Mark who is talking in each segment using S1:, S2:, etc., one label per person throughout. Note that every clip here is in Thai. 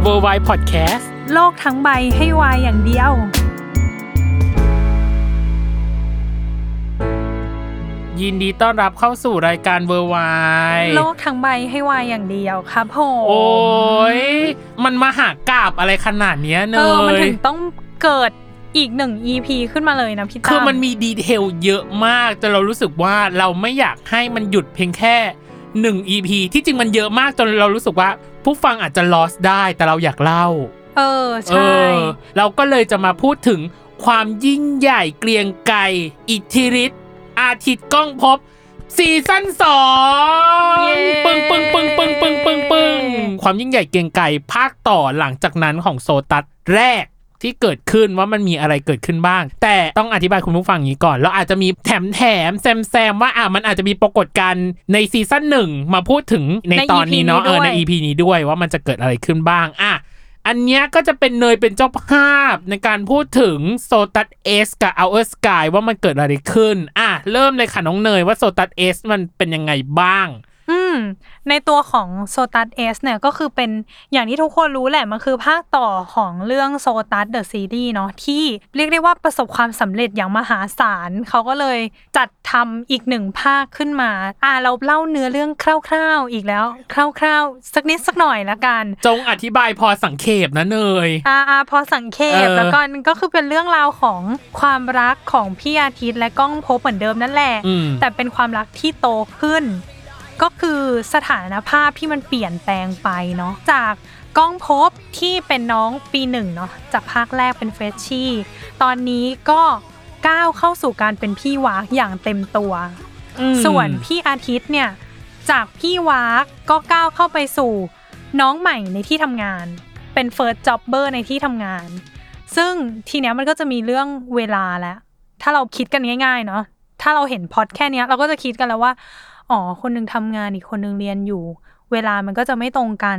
S1: เวอร์ไวพอดแคสต์
S2: โลกทั้งใบให้วายอย่างเดียว
S1: ยินดีต้อนรับเข้าสู่รายการเวอร์ไว
S2: โลกทั้งใบให้วายอย่างเดียวครับผม
S1: โอ้ยมันมหากราบอะไรขนาดเนี้ยเน
S2: เออ มัน
S1: ย
S2: ถึงต้องเกิดอีกหนึ่ง EP ขึ้นมาเลยนะพี่ตั้
S1: คือมันมีดีเทลเยอะมากจนเรารู้สึกว่าเราไม่อยากให้มันหยุดเพียงแค่หนึ่ง EP ที่จริงมันเยอะมากจนเรารู้สึกว่า ผู้ฟังอาจจะ lost ได้แต่เราอยากเล่า
S2: เออ
S1: เอ
S2: ใช่
S1: อเราก็เลยจะมาพูดถึงความยิ่งใหญ่เกรียงไกรอิทธิฤทธิ์อาทิตย์ก้องพบซีซั่นสอง
S2: เย้
S1: ปึ้งปึ้งปึ้งปึ้งปึ้งปึ้งปึ้งความยิ่งใหญ่เกรียงไกรภาคต่อหลังจากนั้นของโซตัสแรกที่เกิดขึ้นว่ามันมีอะไรเกิดขึ้นบ้าง แต่ต้องอธิบายคุณผู้ฟังอย่างนี้ก่อน เราอาจจะมีแถมแถมแซมแซมว่าอ่ะมันอาจจะมีปรากฏการณ์ในซีซั่นหนึ่งมาพูดถึงใน
S2: ใน
S1: ตอน
S2: EP
S1: นี้เนาะ
S2: นี้
S1: เออ
S2: ด้วย
S1: ใน EP นี้ด้วยว่ามันจะเกิดอะไรขึ้นบ้างอ่ะ อันเนี้ยก็จะเป็นเนยเป็นเจ้าภาพในการพูดถึงโซตัสเอสกับ Our Sky ว่ามันเกิดอะไรขึ้น อ่ะ เริ่มเลยค่ะน้องเนยว่าโซตัสเอสมันเป็นยังไงบ้าง
S2: อืม ในตัวของโซตัสเอสเนี่ยก็คือเป็นอย่างที่ทุกคนรู้แหละ มันคือภาคต่อของเรื่องโซตัสเดอะซีรีส์เนาะที่เรียกได้ว่าประสบความสำเร็จอย่างมหาศาล เขาก็เลยจัดทำอีกหนึ่งภาคขึ้นมา อ่าเราเล่าเนื้อเรื่องคร่าวๆอีกแล้ว คร่าวๆ สักนิดสักหน่อยละกัน
S1: จงอธิบายพอสังเขปนะเนย
S2: อ่าอ่าพอสังเขป
S1: เออ
S2: แล้วก็ก็คือเป็นเรื่องราวของความรักของพี่อาทิตย์และก้องพบเหมือนเดิมนั่นแหละ
S1: อืม
S2: แต่เป็นความรักที่โตขึ้น ก็คือสถานภาพที่มันเปลี่ยนแปลงไปเนาะจากก้องพบที่เป็นน้องปีหนึ่งเนาะจากภาคแรกเป็นเฟรชชี่ตอนนี้ก็ก้าวเข้าสู่การเป็นพี่วากอย่างเต็มตัว
S1: อืม
S2: ส่วนพี่อาทิตย์เนี่ยจากพี่วากก็ก้าวเข้าไปสู่น้องใหม่ในที่ทำงาน เป็นเฟิร์สจ็อบเบอร์ในที่ทำงาน ซึ่งทีเนี้ยมันก็จะมีเรื่องเวลาแล้ว ถ้าเราคิดกันง่ายๆเนาะ ถ้าเราเห็นพล็อดแค่เนี้ยเราก็จะคิดกันแล้วว่า อ๋อ คนหนึงทำงานอีกคนหนึงเรียนอยู่ เวลามันก็จะไม่ตรงกัน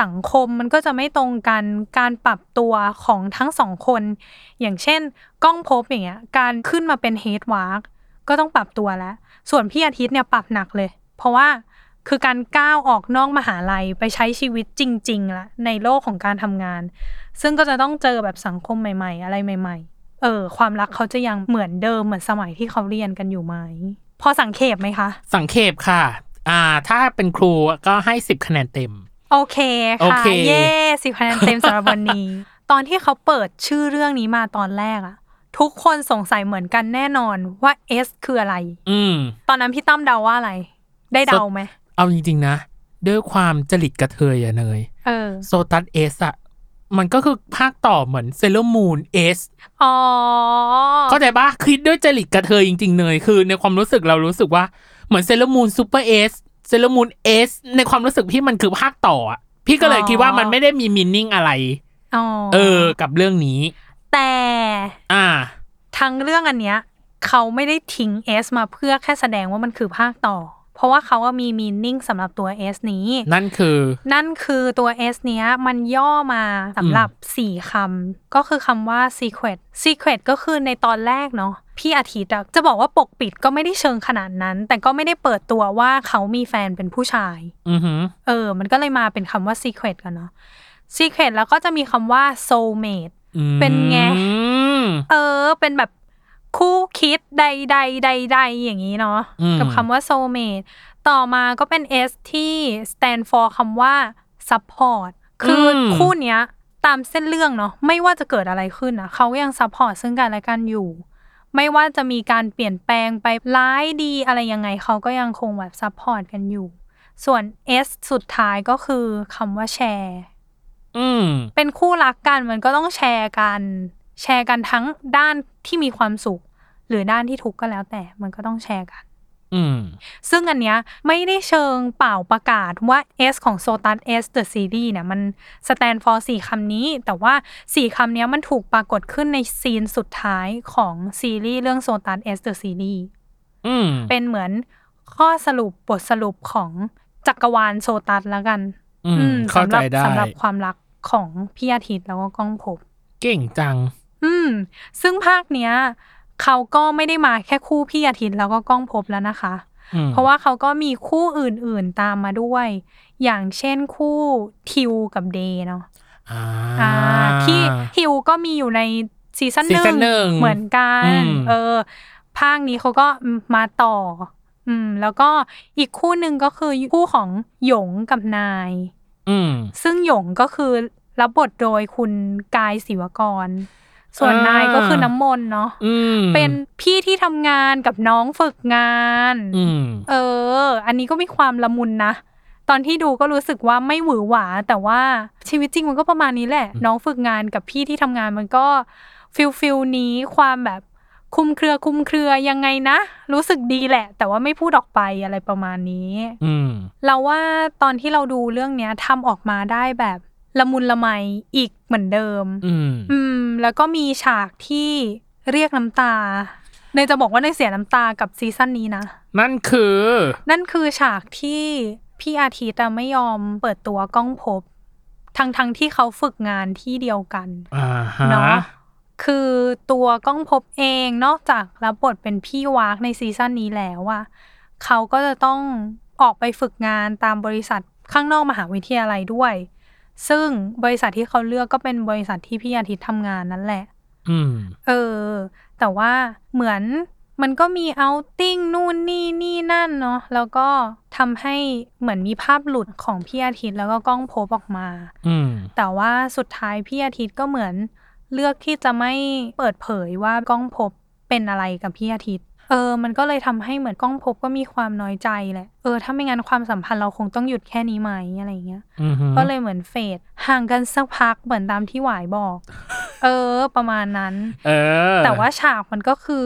S2: สังคมมันก็จะไม่ตรงกัน การปรับตัวของทั้งสองคน อย่างเช่น ก้องภพบอย่างเงี้ย การขึ้นมาเป็นเฮดวาร์กก็ต้องปรับตัวแล้ว ส่วนพี่อาทิตย์เนี่ยปรับหนักเลย เพราะว่าคือการก้าวออกนอกมหาลัยไปใช้ชีวิตจริงๆละในโลกของการทำงาน ซึ่งก็จะต้องเจอแบบสังคมใหม่ๆ อะไรใหม่ๆ เออ ความรักเขาจะยังเหมือนเดิมเหมือนสมัยที่เขาเรียนกันอยู่ไหม พอสังเขปไหมคะ
S1: สังเขปค่ะ อ่า ถ้าเป็นครูก็ให้ 10 คะแนนเต็ม
S2: โอเค
S1: โอ
S2: ค่ะ
S1: เค
S2: เย่สิบคะแนนเต็มสำหรับวัน นี้ ตอนที่เขาเปิดชื่อเรื่องนี้มาตอนแรกอะทุกคนสงสัยเหมือนกันแน่นอนว่า S คืออะไร
S1: อืม
S2: ตอนนั้นพี่ตั้มเดาว่าอะไร ได้เดาไหม
S1: เอาจริง ๆ นะ ด้วยความจริตกระเทยอะเนย
S2: เออ
S1: โซตัสเอสอะมันก็คือภาคต่อเหมือนเซเลมูนเอส
S2: อ๋อ
S1: เข้าใจปะคิดด้วยจริตกระเทยจริง ๆ เลย คือในความรู้สึกเรารู้สึกว่าเหมือนเซเลมูนซูเปอร์เอสเซเลมูนเอสในความรู้สึกพี่มันคือภาคต่ออะพี่ก็เลย
S2: อ๋อ
S1: คิดว่ามันไม่ได้มีมินนิ่งอะไร
S2: อ๋อ
S1: เออ กับเรื่องนี้
S2: แต่
S1: อ่า
S2: ทั้งเรื่องอันเนี้ยเขาไม่ได้ทิ้ง S มาเพื่อแค่แสดงว่ามันคือภาคต่อ เพราะว่าเขาว่ามีมีนิ่งสำหรับตัว S นี้
S1: นั่นคือ
S2: นั่นคือตัว S เนี้ยมันย่อมาสำหรับ 4คำก็คือคำว่า secret secret ก็คือในตอนแรกเนาะพี่อาทิตย์อะจะบอกว่าปกปิดก็ไม่ได้เชิงขนาดนั้น แต่ก็ไม่ได้เปิดตัวว่าเขามีแฟนเป็นผู้ชาย
S1: อือหือ
S2: เออ มันก็เลยมาเป็นคำว่า secret กันเนาะ secret แล้วก็จะมีคำว่า soulmate
S1: อืม
S2: เป็นไง
S1: อืม
S2: เออ เป็นแบบคู่คิดใดใดใดใดๆอย่างนี้เนาะ
S1: อืม
S2: กับคำว่า soulmate ต่อมาก็เป็น S ที่ stand for คำว่า support คืออ
S1: ม
S2: คู่เนี้ย ตามเส้นเรื่องเนาะไม่ว่าจะเกิดอะไรขึ้นนะเขาก็ยัง support ซึ่งกันและกันอยู่ ไม่ว่าจะมีการเปลี่ยนแปลงไปร้ายดีอะไรยังไงเขาก็ยังคงแบบ support กันอยู่ ส่วน S สุดท้ายก็คือคำว่าแชร์
S1: อืม
S2: เป็นคู่รักกันมันก็ต้องแชร์กัน แชร์กันทั้งด้านที่มีความสุข หรือด้านที่ทุกข์ก็แล้วแต่มันก็ต้องแชร์กัน
S1: อืม
S2: ซึ่งอันเนี้ยไม่ได้เชิงเป่าประกาศว่า S ของ s o t a s S The Series เนี่ยมัน stand for สี่คำนี้ แต่ว่าสี่คำเนี้ยมันถูกปรากฏขึ้นในซีนสุดท้ายของซีรีส์เรื่อง s o t a s S The Series
S1: อืม
S2: เป็นเหมือนข้อสรุปบทสรุปของจักรวาลโซตัสแล้วกัน
S1: อืมเข้า
S2: สำห
S1: ใจ
S2: รั
S1: ได้
S2: สำหรับความรักของพี่อาทิตย์แล้วก็ก้องผม
S1: เก่งจัง
S2: อืม ซึ่งภาคเนี้ย เขาก็ไม่ได้มาแค่คู่พี่อาทิตย์แล้วก็ก้องภพบแล้วนะคะ
S1: อืม
S2: เพราะว่าเขาก็มีคู่อื่นๆตามมาด้วย อย่างเช่นคู่ทิวกับเดย์เนาะ
S1: อ่า
S2: อ่า ที่ทิวก็มีอยู่ในซีซั่น
S1: ซีซั่นหนึ่ง
S2: เหมือนกัน
S1: อืม
S2: เออ ภาคนี้เขาก็มาต่อ อืม แล้วก็อีกคู่หนึ่งก็คือคู่ของหยงกับนาย
S1: อืม
S2: ซึ่งหยงก็คือรับบทโดยคุณกายศิวกร ส่วน
S1: อ่าน
S2: นายก็คือน้ำมนต์เนาะ
S1: อืม
S2: เป็นพี่ที่ทำงานกับน้องฝึกงาน
S1: อืม
S2: เออ อันนี้ก็มีความละมุนนะ ตอนที่ดูก็รู้สึกว่าไม่หวือหวา แต่ว่าชีวิตจริงมันก็ประมาณนี้แหละ น้องฝึกงานกับพี่ที่ทำงานมันก็ฟิลฟิลนี้ความแบบคลุมเครือคลุมเครือยังไงนะ รู้สึกดีแหละ แต่ว่าไม่พูดออกไปอะไรประมาณนี้
S1: อืม
S2: เราว่าตอนที่เราดูเรื่องเนี้ยทำออกมาได้แบบละมุนละไมอีกเหมือนเดิม
S1: อืม
S2: อืม แล้วก็มีฉากที่เรียกน้ำตาเนยจะบอกว่าเนยเสียน้ำตากับซีซั่นนี้นะ
S1: นั่นคือ
S2: นั่นคือฉากที่พี่อาทิตย์อะไม่ยอมเปิดตัวกล้องภพบ ทั้งทั้งๆที่เขาฝึกงานที่เดียวกัน
S1: อ่าฮะ
S2: เนาะ คือตัวก้องภพบเองนอกจากรับบทเป็นพี่วากในซีซั่นนี้แล้วอะเขาก็จะต้องออกไปฝึกงานตามบริษัทข้างนอกมหาวิทยาลัยด้วย ซึ่งบริษัทที่เขาเลือกก็เป็นบริษัทที่พี่อาทิตย์ทำงานนั่นแหละ
S1: อืม
S2: เออ แต่ว่าเหมือนมันก็มีเอาติ้งนู่นนี่นี่นั่นเนาะแล้วก็ทำให้เหมือนมีภาพหลุดของพี่อาทิตย์แล้วก็กล้องโพบออกมา
S1: อืม
S2: แต่ว่าสุดท้ายพี่อาทิตย์ก็เหมือนเลือกที่จะไม่เปิดเผยว่าก้องภพบเป็นอะไรกับพี่อาทิตย์ เออ มันก็เลยทำให้เหมือนก้องภพบก็มีความน้อยใจแหละ เออ ถ้าไม่งั้นความสัมพันธ์เราคงต้องหยุดแค่นี้ไหมอะไรอย่างเงี้ย
S1: อืม
S2: ก็เลยเหมือนเฟดห่างกันสักพักเหมือนตามที่หวายบอก เออ ประมาณนั้น
S1: เออ
S2: แต่ว่าฉากมันก็คือ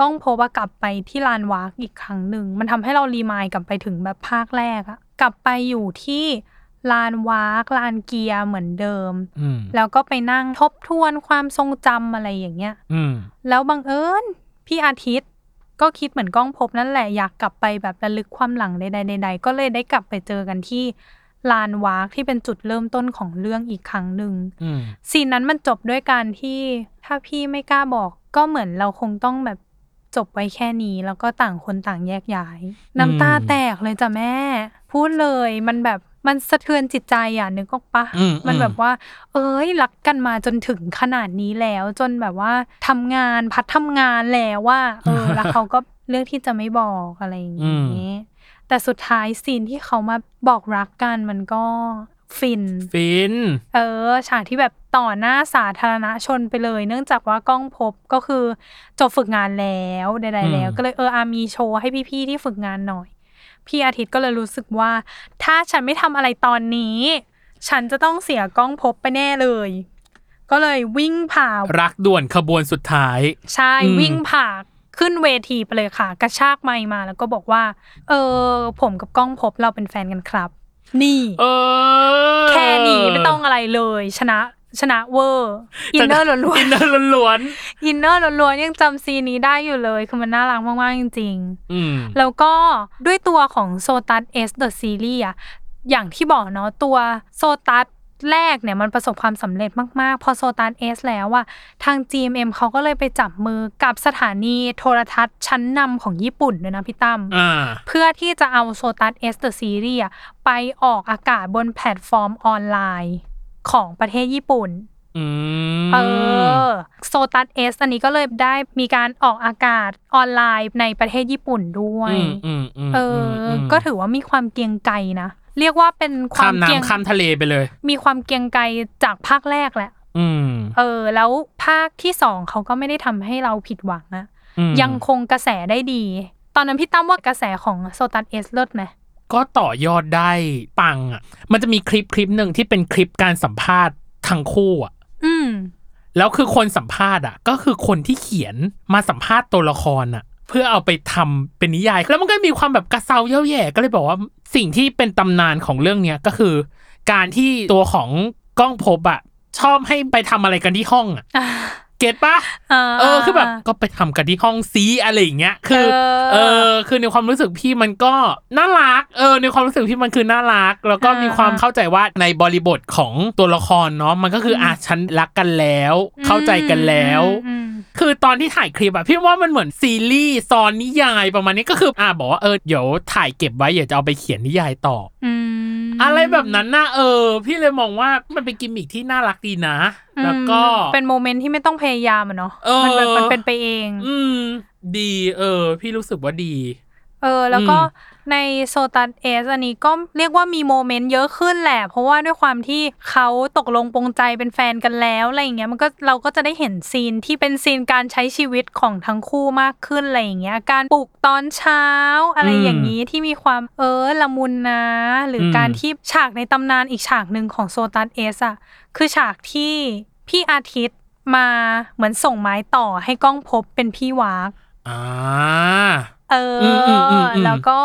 S2: กล้องโพบอะกลับไปที่ลานวากอีกครั้งหนึ่ง มันทำให้เรารีมายด์กลับไปถึงแบบภาคแรกอะกลับไปอยู่ที่ลานวากลานเกียร์เหมือนเดิม
S1: อืม
S2: แล้วก็ไปนั่งทบทวนความทรงจำอะไรอย่างเงี้ย
S1: อืม
S2: แล้วบังเอิญพี่อาทิตย์ก็คิดเหมือนกล้องภพบนั่นแหละอยากกลับไปแบบระลึกความหลังใดๆใดๆก็เลยได้กลับไปเจอกันที่ลานวากที่เป็นจุดเริ่มต้นของเรื่องอีกครั้งหนึ่ง
S1: อืม
S2: ซีนนั้นมันจบด้วยการที่ถ้าพี่ไม่กล้าบอกก็เหมือนเราคงต้องแบบจบไว้แค่นี้ แล้วก็ต่างคนต่างแยกย้าย น้ำตาแตกเลยจ้ะแม่ พูดเลยมันแบบมันสะเทือนจิตใจอ่ะนึกออกปะ
S1: อืมอืม
S2: นแบบว่า เอ้ยรักกันมาจนถึงขนาดนี้แล้ว จนแบบว่าทำงานพัดทำงานแล้วว่าเอ อ แล้วเขาก็เลือกที่จะไม่บอกอะไรอย่างงี้แต่สุดท้ายซีนที่เขามาบอกรักกันมันก็ฟิน
S1: ฟิน
S2: เออฉากที่แบบต่อหน้าสาธารณชนไปเลย เนื่องจากว่ากล้องพบก็คือจบฝึกงานแล้วใด
S1: อืม
S2: ๆแล้ว ก็เลยเอออามีโชว์ให้พี่ๆที่ฝึกงานหน่อย พี่อาทิตย์ก็เลยรู้สึกว่า ถ้าฉันไม่ทำอะไรตอนนี้ ฉันจะต้องเสียกล้องพบไปแน่เลย ก็เลยวิ่งผ่า
S1: รักด่วนขบวนสุดท้าย
S2: ใช่
S1: อืม
S2: วิ่งผ่าขึ้นเวทีไปเลยค่ะ กระชากไมค์มาแล้วก็บอกว่า เออ ผมกับกล้องพบเราเป็นแฟนกันครับ นี่
S1: เออ
S2: แค่นี้ไม่ต้องอะไรเลย ชนะชนะเวอร์อินเนอร์ล้วน
S1: อินเนอร์ล้วน
S2: ๆอินเนอ ร์ล้วนๆยังจำซีนนี้ได้อยู่เลย คือมันน่ารักมากๆจริง
S1: ๆอืม
S2: ๆ แล้วก็ด้วยตัวของโซตัสเอสเดอะซีรีส์อะอย่างที่บอกเนาะตัวโซตัสแรกเนี่ยมันประสบความสำเร็จมากๆ พอโซตัสเอสแล้วอะทาง GMM เขาก็เลยไปจับมือกับสถานีโทรทัศน์ชั้นนำของญี่ปุ่นด้วยนะพี่ตั้ม
S1: อ่า
S2: เพื่อที่จะเอาโซตัสเอสเดอะซีรีส์ไปออกอากาศบนแพลตฟอร์มออนไลน์ของประเทศญี่ปุ่น
S1: อืม
S2: เออโซตัสเอสอันนี้ก็เลยได้มีการออกอากาศออนไลน์ในประเทศญี่ปุ่นด้วย
S1: อืมอืมอืม
S2: เอออ
S1: ม
S2: ก็ถือว่ามีความเกรียงไกรนะ เรียกว่าเป็น
S1: ข้าว
S2: คาม มเกรียง
S1: น้ำข้ามทะเลไปเลย
S2: มีความเกรียงไกรจากภาคแรกแหละ
S1: อืม
S2: เออ แล้วภาคที่สองเขาก็ไม่ได้ทำให้เราผิดหวังอะ
S1: อืม
S2: ยังคงกระแสได้ดี ตอนนั้นพี่ตั้มว่ากระแสของโซตัสเอสเลิศไหม
S1: ก็ต่อยอดได้ปังอ่ะ มันจะมีคลิปคลิปหนึ่งที่เป็นคลิปการสัมภาษณ์ทั้งคู่อ่ะ
S2: อืม
S1: แล้วคือคนสัมภาษณ์อ่ะ ก็คือคนที่เขียนมาสัมภาษณ์ตัวละครอ่ะ เพื่อเอาไปทำเป็นนิยาย แล้วมันก็มีความแบบกระเซาเย่าแย่ก็เลยบอกว่าสิ่งที่เป็นตำนานของเรื่องเนี้ยก็คือ การที่ตัวของก้องภพบอ่ะ ชอบให้ไปทำอะไรกันที่ห้องอ่ ะ เก็ตปะ
S2: อ่า
S1: เออคือแบบก็ไปทำกันที่ห้องซีอะไรอย่างเงี้ยคือ
S2: เออ
S1: เออ คือในความรู้สึกพี่มันก็น่ารักเออ ในความรู้สึกพี่มันคือน่ารัก แล้วก็มีความเข้าใจว่าในบริบทของตัวละครเนาะมันก็คืออ่ะฉันรักกันแล้ว เข้าใจกันแล้ว
S2: อืม
S1: คือตอนที่ถ่ายคลิปอะพี่ว่ามันเหมือนซีรีส์ซ้อนนิยายประมาณนี้ก็คืออ่ะบอกว่าเออเดี๋ยวถ่ายเก็บไว้เดี๋ยวจะเอาไปเขียนนิยายต่อ
S2: อืม
S1: ออะไรแบบนั้นนะเออ พี่เลยมองว่ามันเป็นกิมมิคที่น่ารักดีนะ
S2: อืม
S1: แล้วก็
S2: เป็นโมเมนต์ที่ไม่ต้องพยายามอะเนาะ
S1: เออ
S2: มันแบบมันเป็นไปเอง
S1: อืม ดี เออ พี่รู้สึกว่าดี
S2: เออ แล้วก็
S1: อืม
S2: ในโซตันเอสอันนี้ก็เรียกว่ามีโมเมนต์เยอะขึ้นแหละ เพราะว่าด้วยความที่เขาตกลงปรงใจเป็นแฟนกันแล้วอะไรอย่างเงี้ยมันก็เราก็จะได้เห็นซีนที่เป็นซีนการใช้ชีวิตของทั้งคู่มากขึ้นอะไรอย่างเงี้ยการปลุกตอนเช้าอะไรอย่างนี้ที่มีความเออละมุนนะ หรือการที่ฉากในตำนานอีกฉากหนึ่งของโซตันเอสอะ คือฉากที่พี่อาทิตย์มาเหมือนส่งไม้ต่อให้ก้องพบเป็นพี่วาก
S1: อ่า
S2: เออ
S1: ม
S2: อ
S1: อืมอืมอืม
S2: แล้วก็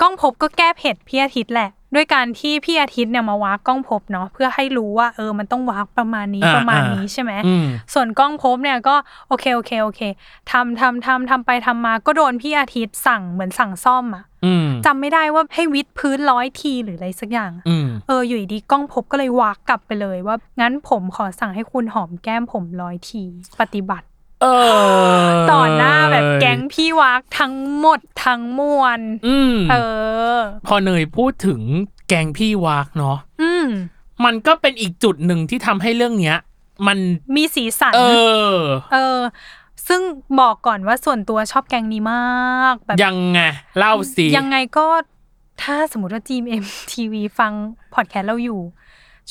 S2: ก้องพบก็แก้เผ็ดพี่อาทิตย์แหละ ด้วยการที่พี่อาทิตย์เนี่ยมาวากก้องพบเนาะเพื่อให้รู้ว่าเออมันต้องวากประมาณนี้ประมาณนี้ใช่ไหม
S1: อืม
S2: ส่วนกล้องภพบเนี่ยก็โอเคโอเคโอเคทำทำทำทำไปทำมาก็โดนพี่อาทิตย์สั่งเหมือนสั่งซ่อมอะ
S1: อืม
S2: จำไม่ได้ว่าให้วิดพื้นร้อยทีหรืออะไรสักอย่างอะ
S1: อืม
S2: เอออยู่ดีๆกล้องพบก็เลยวากกลับไปเลยว่า งั้นผมขอสั่งให้คุณหอมแก้มผมร้อยที ปฏิบัติ
S1: เออ
S2: ต่อหน้าแบบแก๊งพี่วากทั้งหมดทั้งมวล
S1: อืม
S2: เออ
S1: พอเนยพูดถึงแกงพี่วากเนาะ
S2: อืม
S1: มันก็เป็นอีกจุดหนึ่งที่ทำให้เรื่องเนี้ย มัน
S2: มีสีสัน
S1: เออ
S2: เออ ซึ่งบอกก่อนว่าส่วนตัวชอบแก๊งนี้มากแบบ
S1: ยังไง เล่าสิ
S2: ยังไงก็ถ้าสมมติว่า GMM TV ฟังพอดแคสต์เราอยู่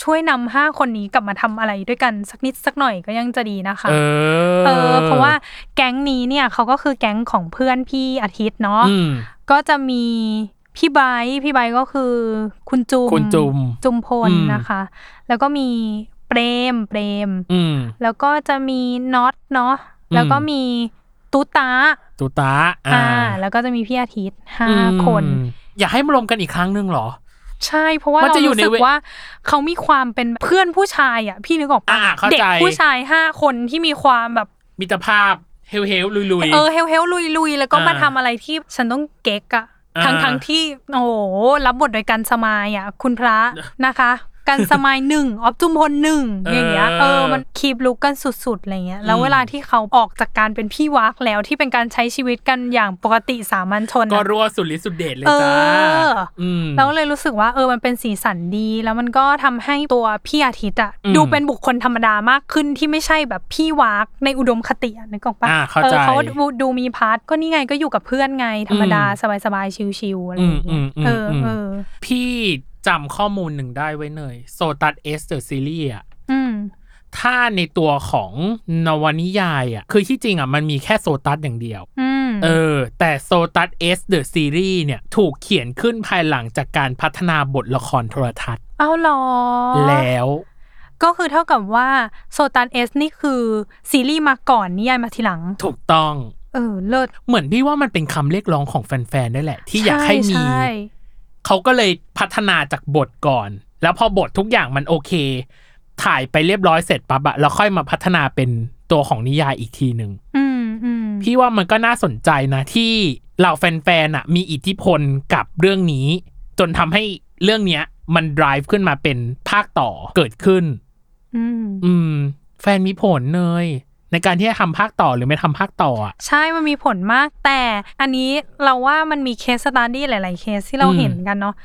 S2: ช่วยนำห้าคนนี้กลับมาทำอะไรด้วยกันสักนิดสักหน่อยก็ยังจะดีนะคะ
S1: เออ
S2: เออเพราะว่าแก๊งนี้เนี่ยเขาก็คือแก๊งของเพื่อนพี่อาทิตย์เนาะ
S1: อืม
S2: ก็จะมีพี่ไบร์ทพี่ไบร์ทก็คือคุณจุม
S1: คุณจุม
S2: จุมพล
S1: อืม
S2: นะคะ แล้วก็มีเปรมเปรม
S1: อืม
S2: แล้วก็จะมีน็อตเนาะแล้วก็มีตุ๊ตา
S1: ตุตาอ่า
S2: อ่า แล้วก็จะมีพี่อาทิตย์ห้าคน
S1: อืมอยากให้มารวมกันอีกครั้งหนึ่งเหรอ
S2: ใช่เพราะว่าม
S1: น
S2: เรา
S1: จะอยู่
S2: รู้
S1: ใน
S2: สึก
S1: เว
S2: ว่าเขามีความเป็นเพื่อนผู้ชายอ่ะ พี่นึกออกปะ
S1: อ่าเข้าใจ
S2: เด็กผู้ชายห้าคนที่มีความแบบ
S1: มิตรภาพเฮลเฮลลุยลุย
S2: เออเฮลเฮลลุยลุยแล้วก็
S1: อ่าม
S2: มาทำอะไรที่ฉันต้องเก๊กอะ
S1: อ่า
S2: ทั้งทั้งที่ โอ้โห รับบทโดยกันสมายอะคุณพระนะคะ กันสมายหนึ่งออฟจุมพลหนึ่งอย่างเงี้ยเออมันคีบลุกกันสุดๆอะไรเงี้ยแล้วเวลาที่เขาออกจากการเป็นพี่วักแล้วที่เป็นการใช้ชีวิตกันอย่างปกติสามัญชน
S1: ก็
S2: อะ
S1: รั่วสุดฤทธิ์สุดเดชเลย
S2: เอ
S1: จ้า
S2: อ
S1: ม
S2: แล้วเลยรู้สึกว่าเออมันเป็นสีสันดี แล้วมันก็ทำให้ตัวพี่อาทิตย์อะ
S1: อืม
S2: ดูเป็นบุคคลธรรมดามากขึ้นที่ไม่ใช่แบบพี่วากในอุดมคติอะนึกออกปะ
S1: อ่าเข้าใจ
S2: ออเขาดูดูมีพาร์ทก็นี่ไงก็อยู่กับเพื่อนไงธรรมดาสบายๆ ชิวๆอะไรอย่างเงี้ย
S1: อืมอืมอืมม
S2: เอออเออ
S1: พี่จำข้อมูลหนึ่งได้ไว้เนยโซตัสเอสเดอะซีรีส์อะ
S2: อืม
S1: ถ้าในตัวของนวนิยายอะคือที่จริงอะมันมีแค่โซตัสอย่างเดียว
S2: อืม
S1: เออ แต่โซตัสเอสเดอะซีรีส์เนี่ย ถูกเขียนขึ้นภายหลังจากการพัฒนาบทละครโทรทัศน์
S2: เอาเหรอ
S1: แล้ว
S2: ก็คือเท่ากับว่าโซตันเอสนี่คือซีรีส์มาก่อนนิยายมาทีหลัง
S1: ถูกต้อง
S2: เออเลิศ
S1: เหมือนพี่ว่ามันเป็นคำเรียกร้องของแฟนๆได้แหละ ที่อยากให้มี
S2: ช่ช่
S1: เขาก็เลยพัฒนาจากบทก่อน แล้วพอบททุกอย่างมันโอเค ถ่ายไปเรียบร้อยเสร็จปั๊บอะแล้วค่อยมาพัฒนาเป็นตัวของนิยายอีกทีหนึ่ง
S2: อืมอืม
S1: พี่ว่ามันก็น่าสนใจนะ ที่เหล่าแฟนๆอะมีอิทธิพลกับเรื่องนี้ จนทำให้เรื่องเนี้ย มัน drive ขึ้นมาเป็นภาคต่อเกิดขึ้น
S2: อืม
S1: อืม แฟนมีผลเลย ในการที่จะทำภาคต่อหรือไม่ทำภาคต่ออะ
S2: ใช่ มันมีผลมากแต่อันนี้เราว่ามันมีเคสสตาร์ดี้หลาย ๆ เคสที่เรา
S1: อืม
S2: เห็นกันเนาะ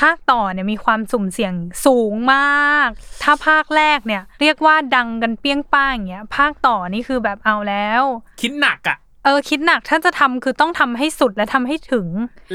S2: ภาคต่อเนี่ยมีความสุ่มเสี่ยงสูงมาก ถ้าภาคแรกเนี่ย เรียกว่าดังกันเปี้ยงป้างอย่างเงี้ย ภาคต่อนี่คือแบบเอาแล้ว
S1: คิดหนักอะ
S2: เออคิดหนักถ้าจะทำคือต้องทำให้สุดและทำให้ถึง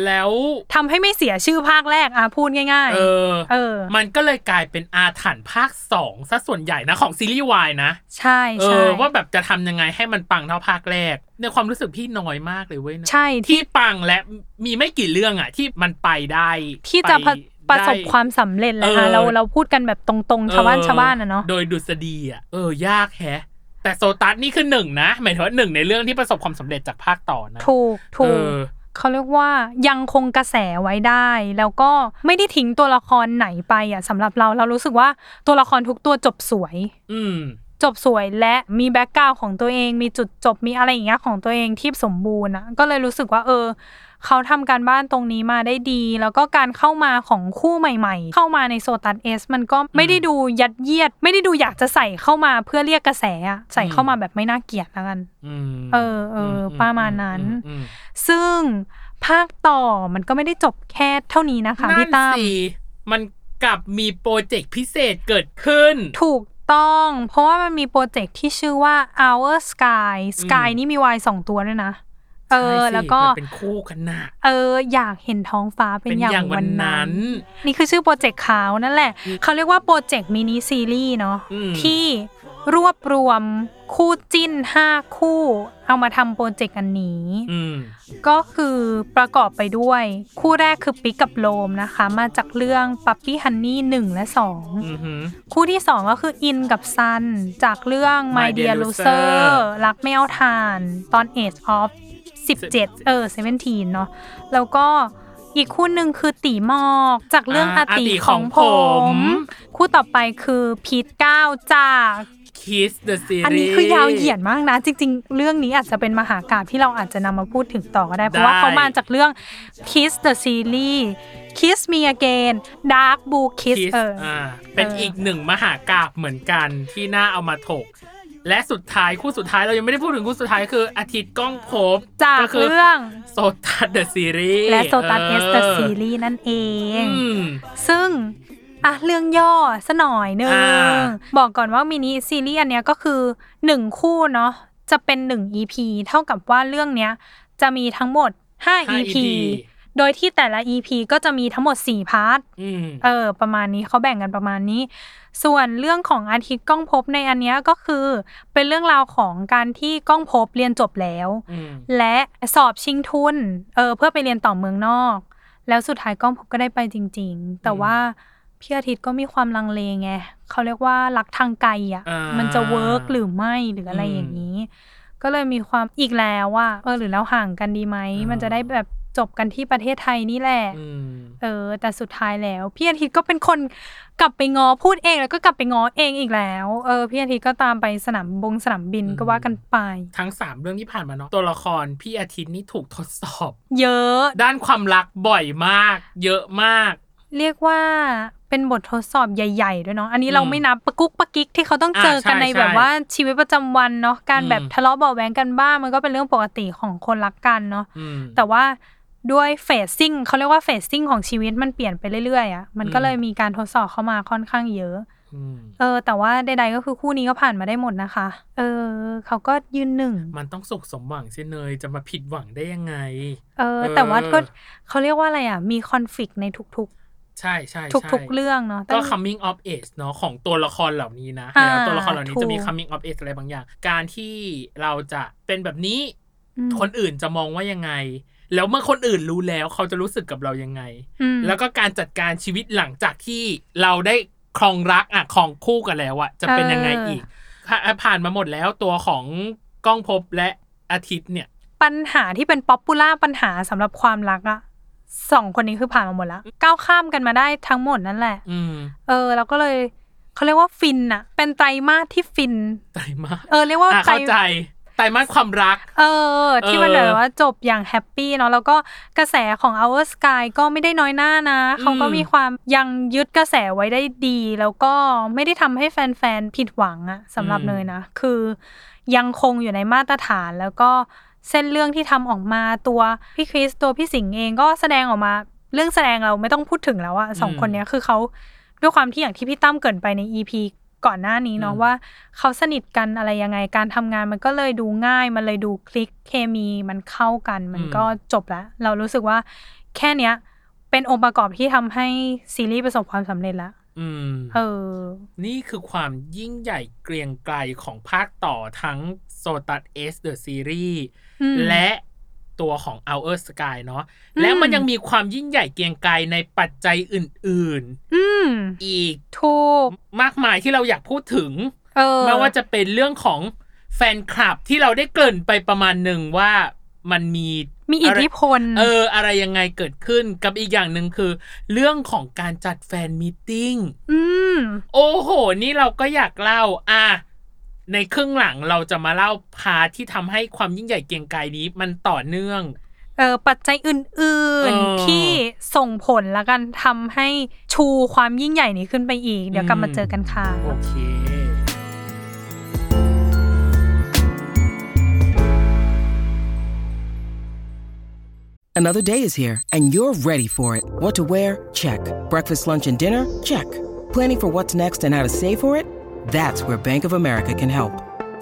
S1: แล้ว
S2: ทำให้ไม่เสียชื่อภาคแรกอ่ะพูดง่าย
S1: เออ
S2: ๆ เออ
S1: มันก็เลยกลายเป็นอาถรรพ์ภาคสองซะส่วนใหญ่นะของซีรีส์วายนะ
S2: ใช่
S1: เอ
S2: ใช่
S1: อว่าแบบจะทำยังไงให้มันปังเท่าภาคแรก ในความรู้สึกพี่น้อยมากเลยเว้ยนะ
S2: ใช่ที่
S1: ที่ปังและมีไม่กี่เรื่องอะที่มันไปได้
S2: ที่จะ
S1: ไ
S2: ประประสบ
S1: ได้
S2: ความสำเร็จแหละค่ะ
S1: เออ
S2: เราเราพูดกันแบบตรงๆ ชาวบ้าน
S1: เออ
S2: ชาวบ้านอะเนาะ
S1: โดยดุษฎีอะเออยากแฮะ แต่โซตัสนี่คือหนึ่งนะ หมายถึงว่าหนึ่งในเรื่องที่ประสบความสำเร็จจากภาคต่อนะ
S2: ถูกถู
S1: เอก อ
S2: เขาเรียกว่ายังคงกระแสไว้ได้ แล้วก็ไม่ได้ทิ้งตัวละครไหนไปอ่ะสำหรับเราเรารู้สึกว่าตัวละครทุกตัวจบสวย
S1: อืม
S2: จบสวยและมีแบ็กกราวของตัวเอง มีจุดจบมีอะไรอย่างเงี้ยของตัวเองที่สมบูรณ์อะก็เลยรู้สึกว่า เออ เขาทำการบ้านตรงนี้มาได้ดี แล้วก็การเข้ามาของคู่ใหม่ ๆ เข้ามาในโซตัสเอสมันก็ไม่ได้ดูยัดเยียด ไม่ได้ดูอยากจะใส่เข้ามาเพื่อเรียกกระแสอะใส่เข้ามาแบบไม่น่าเกลียดแล้วกัน
S1: อืม
S2: เออเออ
S1: ม
S2: ประมาณนั้น
S1: อืม
S2: ซึ่งภาคต่อมันก็ไม่ได้จบแค่เท่านี้นะคะ
S1: นั่
S2: พี่
S1: น
S2: ตั้ม
S1: สิมันกลับมีโปรเจกต์พิเศษเกิดขึ้น
S2: ถูกต้อง เพราะว่ามันมีโปรเจกต์ที่ชื่อว่า Our Sky Sky
S1: อืม
S2: นี่มีวายสองตัวด้วยนะ เออ
S1: ใช่สิ
S2: แล้วก็
S1: มันเป็นคู่กันนะ
S2: เอออยากเห็นท้องฟ้าเป็นอย่างวันนั้น นี่คือชื่อโปรเจกต์เขานั่นแหละ เขาเรียกว่าโปรเจกต์มินิซีรีส์เนาะ
S1: อืม
S2: ที่รวบรวมคู่จิ้น 5 คู่ เอามาทำโปรเจกต์อันนี้
S1: อืม
S2: ก็คือประกอบไปด้วย คู่แรกคือปิ๊กกับโลมนะคะ มาจากเรื่อง Puppy Honey 1 และ 2
S1: อือหือ
S2: คู่ที่ 2 ก็คืออินกับซัน จากเรื่อง My
S1: My
S2: Dear
S1: Dear
S2: Loser
S1: Loser
S2: รักไม่เอาทาน ตอน Age of 17 เออ 17 เนาะแล้วก็อีกคู่หนึ่งคือตีหมอก จากเรื่องอา
S1: อ่า
S2: ติ
S1: อาติ
S2: ของผ
S1: ของผม ม
S2: คู่ต่อไปคือพีทเก้าจาก
S1: Kiss the Series
S2: อันนี้คือยาวเหยียดมากนะ จริง ๆ เรื่องนี้อาจจะเป็นมหากาพย์ที่เราอาจจะนำมาพูดถึงต่อก็ได้ เพราะว่า
S1: ได้
S2: เขามาจากเรื่อง Kiss the Series Kiss Me Again Dark Blue Kiss
S1: Kiss
S2: เอออ
S1: อ่าเป็น
S2: เอออี
S1: อีกหนึ่งมหากาพย์เหมือนกันที่น่าเอามาถก และสุดท้ายคู่สุดท้ายเรายังไม่ได้พูดถึงคู่สุดท้ายคืออาทิตย์ก้องภพ
S2: จาก
S1: ก็คื
S2: เรื่อง
S1: โซตัสเดอะซีรีส์
S2: และโซตัสเอสเดอะซี
S1: ส์
S2: รีส์นั่นเอง
S1: อืม
S2: ซึ่ง อ่ะ เรื่องย่อสะหน่อยหนึ่ง
S1: อ่า
S2: บอกก่อนว่ามินิซีรีส์อันเนี้ยก็คือ 1 คู่เนาะจะเป็น 1 EP เท่ากับว่าเรื่องเนี้ยจะมีทั้งหมด 5
S1: ห้า
S2: EP
S1: EP
S2: โดยที่แต่ละ EP ก็จะมีทั้งหมด 4 พาร์ท
S1: อืม
S2: เออ ประมาณนี้เขาแบ่งกันประมาณนี้ ส่วนเรื่องของอาทิตย์ก้องภพในอันเนี้ยก็คือ เป็นเรื่องราวของการที่ก้องภพเรียนจบแล้ว
S1: อืม
S2: และสอบชิงทุน เออ เพื่อไปเรียนต่อเมืองนอก แล้วสุดท้ายก้องพบก็ได้ไปจริง ๆ แต่
S1: อืม
S2: ว่าพี่อาทิตย์ก็มีความลังเลไงเขาเรียกว่ารักทางไกลอ่ะ
S1: อ่ามั
S2: มันจะเวิร์กหรือไม่หรืออะไร
S1: อืม
S2: อย่างนี้ ก็เลยมีความอีกแล้วว่า เออ หรือเราห่างกันดีไหม
S1: อ่ามั
S2: มันจะได้แบบจบกันที่ประเทศไทยนี่แหละ
S1: อืม
S2: เออ แต่สุดท้ายแล้วพี่อาทิตย์ก็เป็นคนกลับไปงอพูดเองแล้วก็กลับไปงอเองอีกแล้ว เออพี่อาทิตย์ก็ตามไปสนามบงสนามบิน
S1: อืม
S2: ก็ว่ากันไป
S1: ทั้งสามเรื่องที่ผ่านมาเนาะตัวละครพี่อาทิตย์นี่ถูกทดสอบ
S2: เยอะ
S1: ด้านความรักบ่อยมาก เยอะมาก
S2: เรียกว่าเป็นบททดสอบใหญ่ ๆ ด้วยเนาะ อันนี้เรา
S1: อืม
S2: ไม่นับปะกุ๊กปะกิ๊กที่เขาต้อง
S1: อ่า
S2: เจอกัน
S1: ใช่
S2: ในแบบว่าชีวิตประจำวันเนาะ การ
S1: อืม
S2: แบบทะเลาะเบาะแวงกันบ้างมันก็เป็นเรื่องปกติของคนรักกันเนาะ
S1: อืม
S2: แต่ว่าด้วยเฟสซิ่งเขาเรียกว่าเฟสซิ่งของชีวิตมันเปลี่ยนไปเรื่อยๆอะ่ะ มันก็
S1: อืม
S2: เลยมีการทดสอบเข้ามาค่อนข้างเยอะ
S1: อืม
S2: เออ แต่ว่าใดๆก็คือคู่นี้ก็ผ่านมาได้หมดนะคะ เออ เขาก็ยืนหนึ่ง
S1: มันต้องสุขสมหวังสิเนยจะมาผิดหวังได้ยังไง
S2: เออ
S1: เออ
S2: แต่ว่าก็เขาเรียกว่าอะไรอะ่ะ มีคอน FLICT ในทุก
S1: ใช่ใช่ใช่
S2: ๆ ทุกๆเรื่องเนาะตั้
S1: ก็
S2: ง
S1: coming of age เนาะของตัวละครเหล่านี้นะ
S2: อ่า
S1: แล้วตัวละครเหล่านี้จะมี
S2: ถูก
S1: coming of age อะไรบางอย่าง การที่เราจะเป็นแบบนี้
S2: อืม
S1: คนอื่นจะมองว่ายังไง แล้วเมื่อคนอื่นรู้แล้วเขาจะรู้สึกกับเรายังไง
S2: อืม
S1: แล้วก็การจัดการชีวิตหลังจากที่เราได้ครองรักอ่ะครองคู่กันแล้วอ่ะจะเป็นยังไงอีกผ่าผ่านมาหมดแล้วตัวของก้องภพและอาทิตย์เนี่ย
S2: ปัญหาที่เป็นป๊อปปูล่าปัญหาสำหรับความรักอะสองคนนี้คือผ่านมาหมดแล้ว ก้าวข้ามกันมาได้ทั้งหมดนั่นแหละ
S1: อืม
S2: เออเราก็เลยเขาเรียกว่าฟินอะเป็นไตรมาสที่ฟิน
S1: ไตรมาส
S2: เออเรียกว่า
S1: อ่ะ
S2: ไตร
S1: เข้าใจไตรมาสความรัก
S2: เออ ที่มัน
S1: เอ
S2: แบ
S1: อบ
S2: ว่าจบอย่างแฮปปี้เนาะแล้วก็กระแสของ Our Sky ก็ไม่ได้น้อยหน้านะ
S1: อืม
S2: เขาก็มีความยังยึดกระแสไว้ได้ดี แล้วก็ไม่ได้ทำให้แฟนๆผิดหวังอะสำหรับเนยนะ คือยังคงอยู่ในมาตรฐานแล้วก็เส้นเรื่องที่ทำออกมาตัวพี่คริสตัวพี่สิงห์เองก็แสดงออกมา เรื่องแสดงเราไม่ต้องพูดถึงแล้วอะสอง
S1: อืม
S2: คนเนี้ยคือเขาด้วยความที่อย่างที่พี่ตั้มเกรินไปใน EP ก่อนหน้านี้เนาะ
S1: อืม
S2: ว่าเขาสนิทกันอะไรยังไงการทำงานมันก็เลยดูง่าย มันเลยดูคลิกเคมีมันเข้ากัน มันก็จบแล้วเรารู้สึกว่าแค่เนี้ย เป็นองค์ประกอบที่ทำให้ซีรีส์ประสบความสำเร็จละ
S1: อืม
S2: เออ
S1: นี่คือความยิ่งใหญ่เกรียงไกรของภาคต่อทั้งโซตัสเอสเดอะซีรีส์
S2: อืม
S1: และตัวของ Our Sky เนาะ
S2: อืม
S1: และมันยังมีความยิ่งใหญ่เกรียงไกรในปัจจัยอื่น
S2: อืม
S1: ๆ อีก
S2: ถูก
S1: มากมายที่เราอยากพูดถึง
S2: เออ
S1: ไม่ว่าจะเป็นเรื่องของแฟนคลับที่เราได้เกริ่นไปประมาณหนึ่งว่ามันมี
S2: มีอิทธิ
S1: ะไร
S2: พล
S1: เออ อะไรยังไงเกิดขึ้นกับอีกอย่างหนึ่งคือ เรื่องของการจัดแฟนมิทติ้ง
S2: อืม
S1: โอ้โห นี่เราก็อยากเล่า อ่ะ ในครึ่งหลังเราจะมาเล่าพาร์ทที่ทำให้ความยิ่งใหญ่เกรียงไกรนี้มันต่อเนื่อง
S2: เออปัจจัยอื่น
S1: เออ
S2: ๆ ที่ส่งผลแล้วกันทำให้ชูความยิ่งใหญ่นี้ขึ้นไปอีก เดี๋ยวกลับมา
S1: อืม
S2: เจอกันค่ะ
S1: โอเค
S3: Another day is here, and you're ready for it. What to wear? Check. Breakfast, lunch, and dinner? Check. Planning for what's next and how to save for it? That's where Bank of America can help.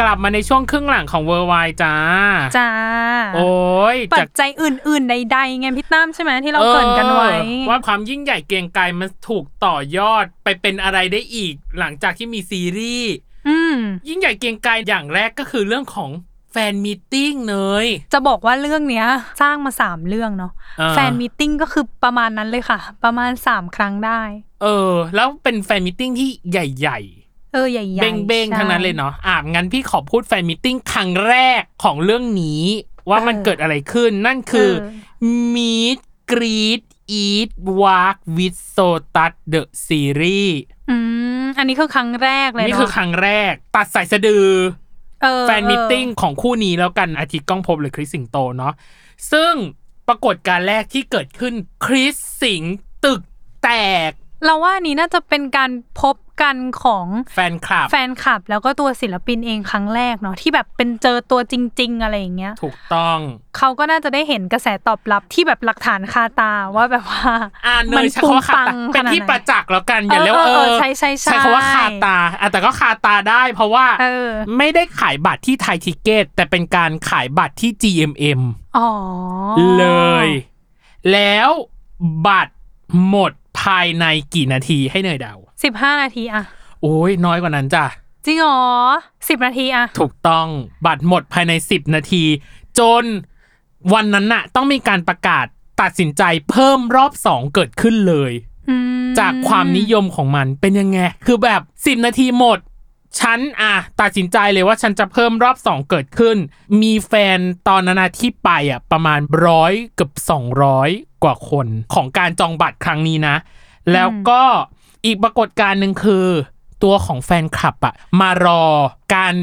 S1: กลับมาในช่วงครึ่งหลังของเวอร์ไวจ้า
S2: จ้า
S1: โอ้ย
S2: ปั
S1: จา
S2: จ
S1: ก
S2: จัยอื่นๆ ใดๆไงพี่ตั้มใช่ไหมที่เราเกรินกันไว้
S1: เออว่าความยิ่งใหญ่เกรียงไกรมันถูกต่อยอดไปเป็นอะไรได้อีก หลังจากที่มีซีรีส์
S2: อืม
S1: ยิ่งใหญ่เกรียงไกรอย่างแรกก็คือเรื่องของแฟนมีตติ้งเนย
S2: จะบอกว่าเรื่องเนี้ย สร้างมาสามเรื่องเนาะ
S1: อ่า
S2: แฟนมิทติ้งก็คือประมาณนั้นเลยค่ะ ประมาณสามครั้งได้
S1: เออ แล้วเป็นแฟนมีตติ้งที่ใหญ่
S2: เออใหญ่
S1: ๆ
S2: ๆ
S1: เบ้งเบ้ง
S2: ใช่
S1: ๆทั้งนั้นเลยเนาะอ่ะงั้นพี่ขอพูดแฟนมีตติ้งครั้งแรกของเรื่องนี้ ว่ามัน
S2: เออ
S1: เกิดอะไรขึ้น นั่นคือ
S2: เอ
S1: มีดกรีดอีทวากวิดโซตัสเดอะซีรีส์
S2: อืมอันนี้คือครั้งแรกเลย
S1: นี่
S2: เนาะ
S1: คือครั้งแรก ตัดสายสะดือ
S2: เออ
S1: แฟนมิทติ้ง
S2: เออ
S1: ของคู่นี้แล้วกันอาทิตย์ก้องภพหรือคริสสิงโตเนาะซึ่งปรากฏการณ์แรกที่เกิดขึ้นคริสสิงตึกแตก
S2: เราว่าอันนี้น่าจะเป็นการพบกันของ
S1: แฟนคลับ
S2: แฟนคลับแล้วก็ตัวศิลปินเองครั้งแรกเนาะที่แบบเป็นเจอตัวจริง ๆ อะไรอย่างเงี้ย
S1: ถูกต้อง
S2: เขาก็น่าจะได้เห็นกระแสตอบรับที่แบบหลักฐานคาตาว่าแบบว่า
S1: อ่านเน
S2: มั
S1: ยใช้
S2: ปุ
S1: คำ
S2: ง
S1: ว่าคา
S2: ปัง
S1: ตาเป็นที่
S2: ขาดไห
S1: ประจักษ์แล้วกันอย่าเรียกว่า
S2: เอ
S1: เอ
S2: อเออ
S1: อ
S2: ใช่ใช่ใช่
S1: คำว่าคาตาอ่ะแต่ก็คาตาได้เพราะว่า
S2: เออ
S1: ไม่ได้ขายบัตรที่ไทยทิเกต แต่เป็นการขายบัตรที่ GMM
S2: อ๋อ
S1: เลย แล้วบัตรหมดภายในกี่นาทีให้เนยเดา
S2: สิบห้านาทีอะ
S1: โอ้ยน้อยกว่านั้นจ้ะ
S2: จริงเหรอสิบนาทีอะ
S1: ถูกต้องบัตรหมดภายใน 10 นาที จนวันนั้นน่ะ ต้องมีการประกาศตัดสินใจเพิ่มรอบ 2 เกิดขึ้นเลย
S2: อืม
S1: จากความนิยมของมันเป็นยังไง คือแบบ 10 นาทีหมด ฉันอ่ะตัดสินใจเลยว่าฉันจะเพิ่มรอบ 2 เกิดขึ้น มีแฟนตอนนั้นนะที่ไปอ่ะประมาณร้อยเกือบ200 กว่าคนของการจองบัตรครั้งนี้นะ แล้วก็อีกปรากฏการณ์หนึ่งคือ ตัวของแฟนคลับอะมารอการ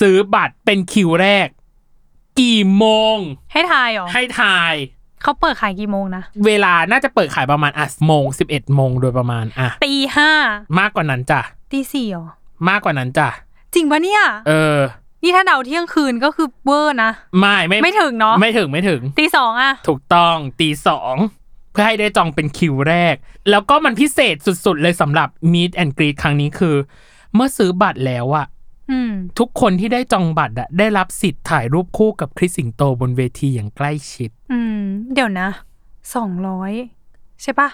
S1: ซื้อบัตรเป็นคิวแรก กี่โมง
S2: ให้ทายเหรอ
S1: ให้ทาย
S2: เขาเปิดขายกี่โมงนะ
S1: เวลาน่าจะเปิดขายประมาณอ่ะโมงสิบเอ็ดโมงโดยประมาณอ่ะ
S2: ตีห้าม
S1: ากกว่านั้นจ้ะ
S2: ตีสี่เหรอ
S1: มากกว่านั้นจ้ะ
S2: จริงปะเนี่ย
S1: เออ
S2: นี่ถ้าเดาเที่ยงคืนก็คือเวอร์นะ
S1: ไม่ไม่
S2: ไม่ถึงเนอะ
S1: ไม่ถึงไม่ถึง
S2: ตีสองอะ
S1: ถูกต้องตีสองเพื่อให้ได้จองเป็นคิวแรก แล้วก็มันพิเศษสุดๆ เลยสำหรับ Meet and Greet ครั้งนี้คือ เมื่อซื้อบัตรแล้วอะ
S2: อืม
S1: ทุกคนที่ได้จองบัตรอะได้รับสิทธิ์ถ่ายรูปคู่กับคริสสิงโตบนเวทีอย่างใกล้ชิด
S2: อืม เดี๋ยวนะสองร้อยใช่ปะ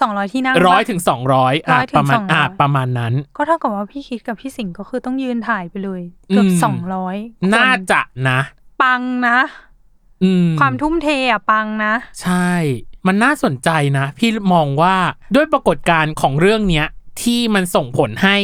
S2: สองร้อยที่นั่งปะ
S1: ร้อยถึงสองร้อยอ่ะ
S2: 100ถึง
S1: ประมาณ
S2: 200
S1: อ่ะประมาณนั้น
S2: ก็เท่ากับว่าพี่คิดกับพี่สิงห์ก็คือต้องยืนถ่ายไปเลย เกือบ
S1: อืม
S2: สองร้อย
S1: น่าจะนะ
S2: ปังนะ
S1: อืม
S2: ความทุ่มเทอ่ะปังนะ
S1: ใช่ มันน่าสนใจนะ พี่มองว่าด้วยปรากฏการณ์ของเรื่องเนี้ย ที่มันส่งผลให้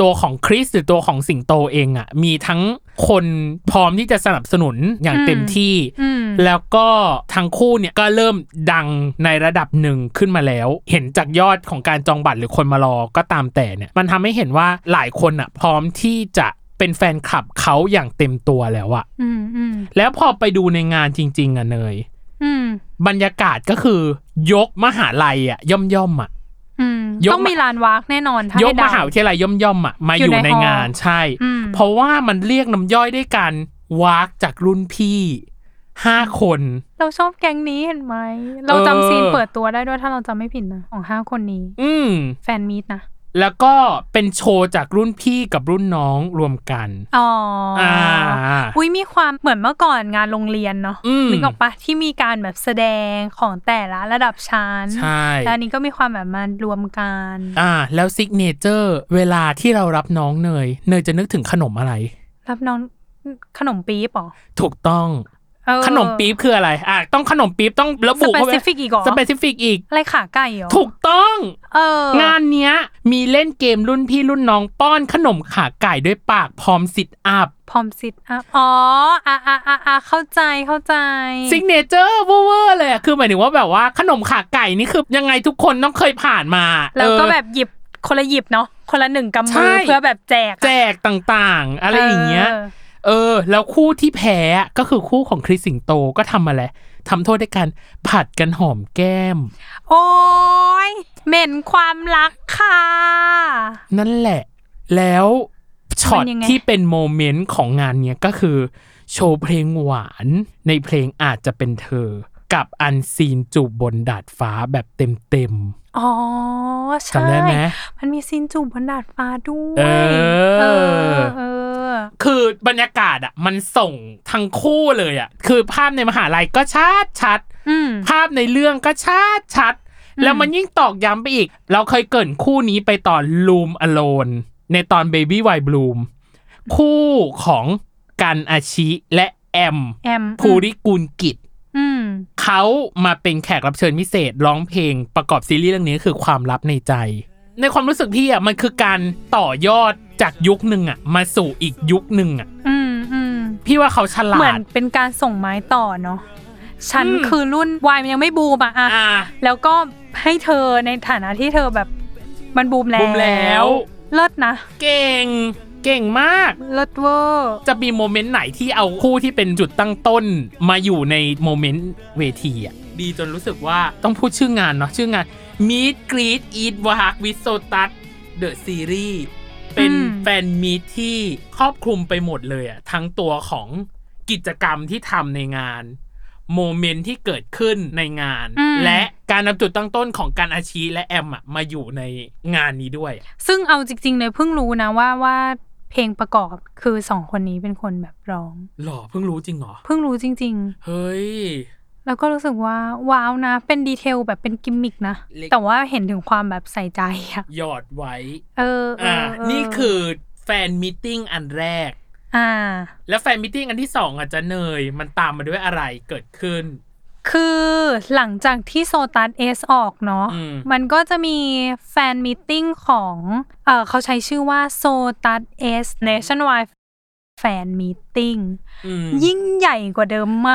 S1: ตัวของคริสหรือตัวของสิงโตเองอะมีทั้งคนพร้อมที่จะสนับสนุนอย่าง
S2: อืม
S1: เต็มที่
S2: อืม
S1: แล้วก็ทั้งคู่เนี่ยก็เริ่มดังในระดับหนึ่งขึ้นมาแล้ว เห็นจากยอดของการจองบัตรหรือคนมารอก็ตามแต่เนี่ยมันทำให้เห็นว่าหลายคนอ่ะพร้อมที่จะเป็นแฟนคลับเขาอย่างเต็มตัวแล้วอะ
S2: อืมอืม
S1: แล้วพอไปดูในงานจริง ๆอะเนย
S2: อืม
S1: บรรยากาศก็คือยกมหาลัยอะย่อมย่อมๆอะ
S2: อืม
S1: ยก
S2: ต้อง
S1: มามี
S2: มีลานวากแน่นอนถ้าย ให้
S1: กม
S2: เดา
S1: หาวิทยาลัยย่อมย่อมๆอะมา
S2: อ
S1: อยู่ ยู่
S2: ใน
S1: ในงาน
S2: ฮอลล์
S1: ใช่
S2: อืม
S1: เพราะว่ามันเรียกน้ำย่อยด้วยการวากจากรุ่นพี่ห้าคน
S2: เราชอบแก๊งนี้เห็นไหม เราจำซีนเปิดตัวได้ด้วยถ้าเราจำไม่ผิดนะของห้าคนนี้
S1: อืม
S2: แฟนมีดนะ
S1: แล้วก็เป็นโชว์จากรุ่นพี่กับรุ่นน้องรวมกัน
S2: อ๋ออ
S1: อ่า
S2: อุ้ยมีความเหมือนเมื่อก่อนงานโรงเรียนเนาะ
S1: อืม
S2: นึกออกปะที่มีการแบบแสดงของแต่ละระดับชั้น
S1: ใช่
S2: แล้วอันนี้ก็มีความแบบมารวมกัน
S1: อ่า แล้วซิกเนเจอร์เวลาที่เรารับน้องเนย เนยจะนึกถึงขนมอะไร
S2: รับน้องขนมปี๊บเหรอ
S1: ถูกต้อง
S2: เออ
S1: ขนมปี๊บคืออะไร อ่ะ ต้องขนมปี๊บต้องระบุเข้าไป
S2: Specific อีกเหรอ
S1: สเปซิฟิกอีก
S2: อะไรขาไก่เหรอ
S1: ถูกต้อง
S2: เออง
S1: านเนี้ย มีเล่นเกมรุ่นพี่รุ่นน้องป้อนขนมขาไก่ด้วยปากพร้อมสิทธิ์อัพ
S2: พร้อมสิทธิ์อะอ๋ออ่ะอ่ะอ่ะอ่ะเข้าใจเข้าใจ
S1: ซิกเนเจอร์เวอร์เลยอะคือหมายถึงว่าแบบว่าขนมขาไก่นี่คือยังไงทุกคนต้องเคยผ่านมา
S2: แล้วก็
S1: เออ
S2: แบบหยิบคนละหยิบเนาะคนละหนึ่งกำ
S1: ใช่
S2: มือเพื่อแบบแจกอะ
S1: แจกต่างๆ อะไรอย่างเงี้ย
S2: อ
S1: เออ แล้วคู่ที่แพ้อะก็คือคู่ของคริสสิงโตก็ทำอะไรทำโทษด้วยการผัดกันหอมแก้ม
S2: โอ้ยเหม็นความรักค่ะ
S1: นั่นแหละ แล้วช็อต
S2: มันยังไง
S1: ที่เป็นโมเมนต์ของงานเนี้ยก็คือ โชว์เพลงหวานในเพลงอาจจะเป็นเธอ กับอันซีนจูบบนดาดฟ้าแบบเต็ม
S2: อ๋อใช่
S1: จำได้ไหม
S2: มันมีซีนจูบบนดาดฟ้าด้วย
S1: เออ
S2: เออเออ
S1: ๆ คือบรรยากาศอ่ะ มันส่งทั้งคู่เลยอ่ะ คือภาพในมหาลัยก็ชัดชัดๆ
S2: อืม
S1: ภาพในเรื่องก็ชัดชัดๆแล้วมันยิ่งตอกย้ำไปอีก เราเคยเกรินคู่นี้ไปตอน Loom Alone ในตอน Baby Why Bloom คู่ของกันอาชิและแอม
S2: แอม
S1: ภูริกูลกิจ
S2: อืม
S1: เขามาเป็นแขกรับเชิญพิเศษร้องเพลงประกอบซีรีส์เรื่องนี้คือความลับในใจ ในความรู้สึกพี่อ่ะมันคือการต่อยอดจากยุคหนึ่งอ่ะมาสู่อีกยุคหนึ่งอ่ะ
S2: อืมอืม
S1: พี่ว่าเขาฉลา
S2: เหมือ
S1: ด
S2: นเป็นการส่งไม้ต่อเนาะฉัน
S1: อืม
S2: คือรุ่นวายมันยังไม่บูมอะอะ
S1: อ่า
S2: แล้วก็ให้เธอในฐานะที่เธอแบบมันบูมแล้ว
S1: บุมแล้ว
S2: เลิศนะ
S1: เก่ง เก่งมาก
S2: เลิศเวอร์
S1: จะมีโมเมนต์ไหนที่เอาคู่ที่เป็นจุดตั้งต้นมาอยู่ในโมเมนต์เวทีอ่ะดีจนรู้สึกว่าต้องพูดชื่องานเนาะชื่องาน Meet Greet Eat Walk with Sotus The Series เป็นแฟนมีตที่ครอบคลุมไปหมดเลยอ่ะทั้งตัวของกิจกรรมที่ทำในงาน โมเมนต์ที่เกิดขึ้นในงาน และการนำจุดตั้งต้นของการอาชีและแอมอะมาอยู่ในงานนี้ด้วย
S2: ซึ่งเอาจริงๆเลยเพิ่งรู้นะว่าว่าเพลงประกอบคือสองคนนี้เป็นคนแบบร้อง
S1: หล่อเพิ่งรู้จริงเหรอ
S2: เพิ่งรู้จริง
S1: เฮ้ย
S2: ๆ แล้วก็รู้สึกว่าว้าวนะ เป็นดีเทลแบบเป็นกิมมิกนะ
S1: เล็ก
S2: แต่ว่าเห็นถึงความแบบใส่ใจอะ
S1: หยอดไว้
S2: เออเอ
S1: อ่า
S2: อเ
S1: นี่คือแฟนมิทติ้งอันแรก
S2: อ่า
S1: แล้วแฟนมิทติ้งอันที่สองอาจจะเนย มันตามมาด้วยอะไรเกิดขึ้น
S2: คือหลังจากที่โซตัสเอสออกเนาะ
S1: อืม
S2: มันก็จะมีแฟนมิทติ้งของ เออเขาใช้ชื่อว่าโซตัสเอส Nationwide แฟนมิทติ้ง
S1: อืม
S2: ยิ่งใหญ่กว่าเดิมม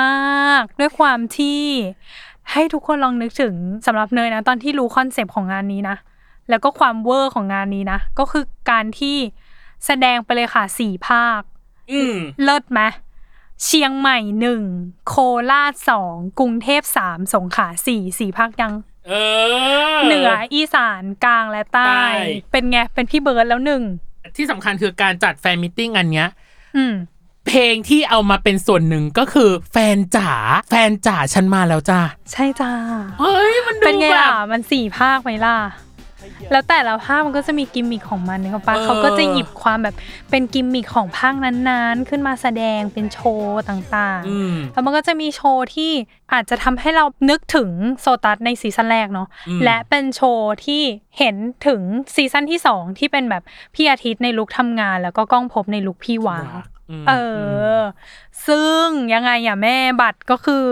S2: าก ด้วยความที่ให้ทุกคนลองนึกถึงสำหรับเนยนะ ตอนที่รู้คอนเซปต์ของงานนี้นะ แล้วก็ความเวอร์ของงานนี้นะ ก็คือการที่แสดงไปเลยค่ะสี่ภาค
S1: อืม
S2: เลิศไหมเชียงใหม่หนึ่งโคราชสองกรุงเทพสามสงขลาสี่สี่ภาคยัง
S1: เออ
S2: เหนืออีสานกลางและใต้
S1: ใต้
S2: เป็นไง เป็นพี่เบิร์ดแล้วหนึ่ง
S1: ที่สำคัญคือการจัดแฟนมิทติ้งอันเนี้ย
S2: อืม
S1: เพลงที่เอามาเป็นส่วนหนึ่งก็คือแฟนจ๋าแฟนจ๋าฉันมาแล้วจ้า
S2: ใช่จ้า
S1: เฮ้ย มันดู
S2: เป็นไง
S1: แบบ
S2: ล่ะ มันสี่ภาคไหมล่ะ แล้วแต่ละภาคมันก็จะมีกิมมิคของมันเขาปะ
S1: เออ
S2: เขาก็จะหยิบความแบบเป็นกิมมิคของภาคนั้นๆ ขึ้นมาแสดงเป็นโชว์ต่างๆ
S1: อืม
S2: แล้วมันก็จะมีโชว์ที่อาจจะทำให้เรานึกถึงโซตัสในซีซั่นแรกเนาะ
S1: อืม
S2: และเป็นโชว์ที่เห็นถึงซีซั่นที่สองที่เป็นแบบพี่อาทิตย์ในลุคทำงาน แล้วก็ก้องภพบในลุคพี่หวาง
S1: ม
S2: เอ
S1: ม
S2: อ ซึ่งยังไงอ่ะแม่บัตรก็คือ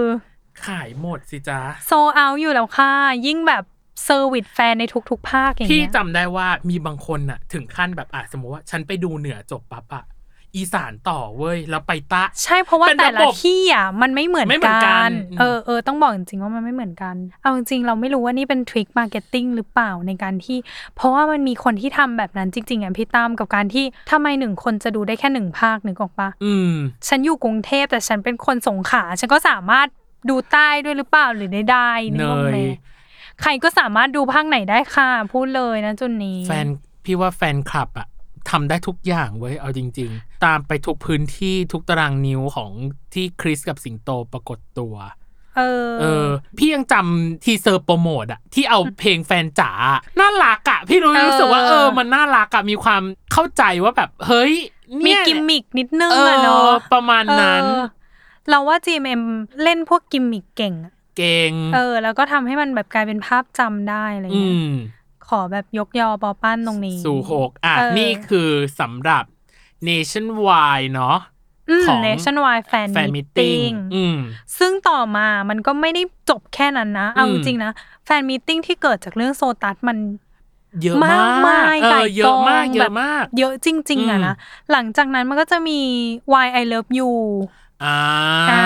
S1: ขายหมดสิจ้า
S2: โซเอาอยู่แล้วค่ะ ยิ่งแบบเซอร์วิสแฟนในทุกๆ ภาคอย่าง
S1: พี่
S2: เงี้ย
S1: จำได้ว่ามีบางคนน่ะ ถึงขั้นแบบอ่ะสมมติว่าฉันไปดูเหนือจบปั๊บอะ อีสานต่อเว้ยแล้วไปใตะ
S2: ใช่เพราะว่า
S1: เป็น
S2: แต่
S1: ระบบ
S2: ละที่อ่ะมันไม่เหมือน
S1: ไม่เหมือนกั
S2: กัน
S1: นอืม
S2: เออเออต้องบอกจริงๆว่ามันไม่เหมือนกัน เอาจริงๆเราไม่รู้ว่านี่เป็นทริคมาร์เก็ตติ้งหรือเปล่าในการที่ เพราะว่ามันมีคนที่ทำแบบนั้นจริงๆอ่ะพี่ตามกับการที่ทำไมหนึ่งคนจะดูได้แค่หนึ่งภาคนึกออกปะ
S1: อืม
S2: ฉันอยู่กรุงเทพแต่ฉันเป็นคนสงขลาฉันก็สามารถดูใต้ด้วยหรือเปล่าหรือได้ได้นึกออกไหม
S1: เนย
S2: ใครก็สามารถดูภาคไหนได้ค่ะ พูดเลยนะจุดนี้
S1: แฟนพี่ว่าแฟนคลับอะทำได้ทุกอย่างเว้ยเอาจริง ๆ ตามไปทุกพื้นที่ทุกตารางนิ้วของที่คริสกับสิงโตปรากฏตัว
S2: เออ
S1: เออ พี่ยังจำทีเซอร์โปรโมทอะที่เอาเพลงแฟนจ๋าอะน่ารักอะพี่รู้
S2: เออ
S1: รู้สึกว่าเออ มันน่ารักอะมีความเข้าใจว่าแบบ เฮ้ย
S2: มี
S1: เนี่ย
S2: กิมมิกนิดนึง
S1: เออ
S2: อะเนาะ
S1: ประมาณนั้น
S2: เออเราว่า GMM เล่นพวกกิมมิกเก่งอะ
S1: เก่ง
S2: เออ แล้วก็ทำให้มันแบบกลายเป็นภาพจำได้อะไร
S1: อื
S2: เงี้ย
S1: ม
S2: ขอแบบยกยอปอปั้นตรงนี้
S1: สู่หกอ่ะ
S2: เออ
S1: นี่คือสำหรับ nationwide เนาะ
S2: ม
S1: ของ
S2: Nationwide Fan
S1: fan meeting
S2: Meeting
S1: อืม
S2: ซึ่งต่อมามันก็ไม่ได้จบแค่นั้นนะ เอา
S1: อืม
S2: จริงๆนะ แฟนมิทติ้งที่เกิดจากเรื่องโซตัสมัน
S1: เยอะมาก
S2: มากมาย
S1: เอ
S2: ไก่
S1: อเย
S2: ก
S1: อะ
S2: อง
S1: มากเย
S2: แบ
S1: อะ
S2: บ
S1: มาก
S2: เยอะจริง ๆอะนะ หลังจากนั้นมันก็จะมี Why I Love You
S1: อ่า
S2: อ่า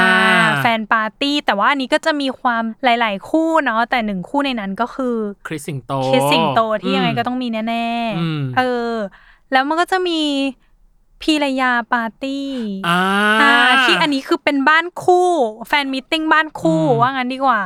S2: แฟนปาร์ตี้ แต่ว่าอันนี้ก็จะมีความหลาย ๆ คู่เนาะแต่หนึ่งคู่ในนั้นก็คือ
S1: คริสสิงโต
S2: คิดสิงโตที่ยังไง
S1: ม
S2: ก็ต้องมีแน่
S1: อืม
S2: ๆ เออ แล้วมันก็จะมีพีรยาปาร์ตี้
S1: อ่า
S2: อ่าที่อันนี้คือเป็นบ้านคู่ แฟนมิทติ้งบ้านคู่
S1: อืม
S2: ว่างั้นดีกว่า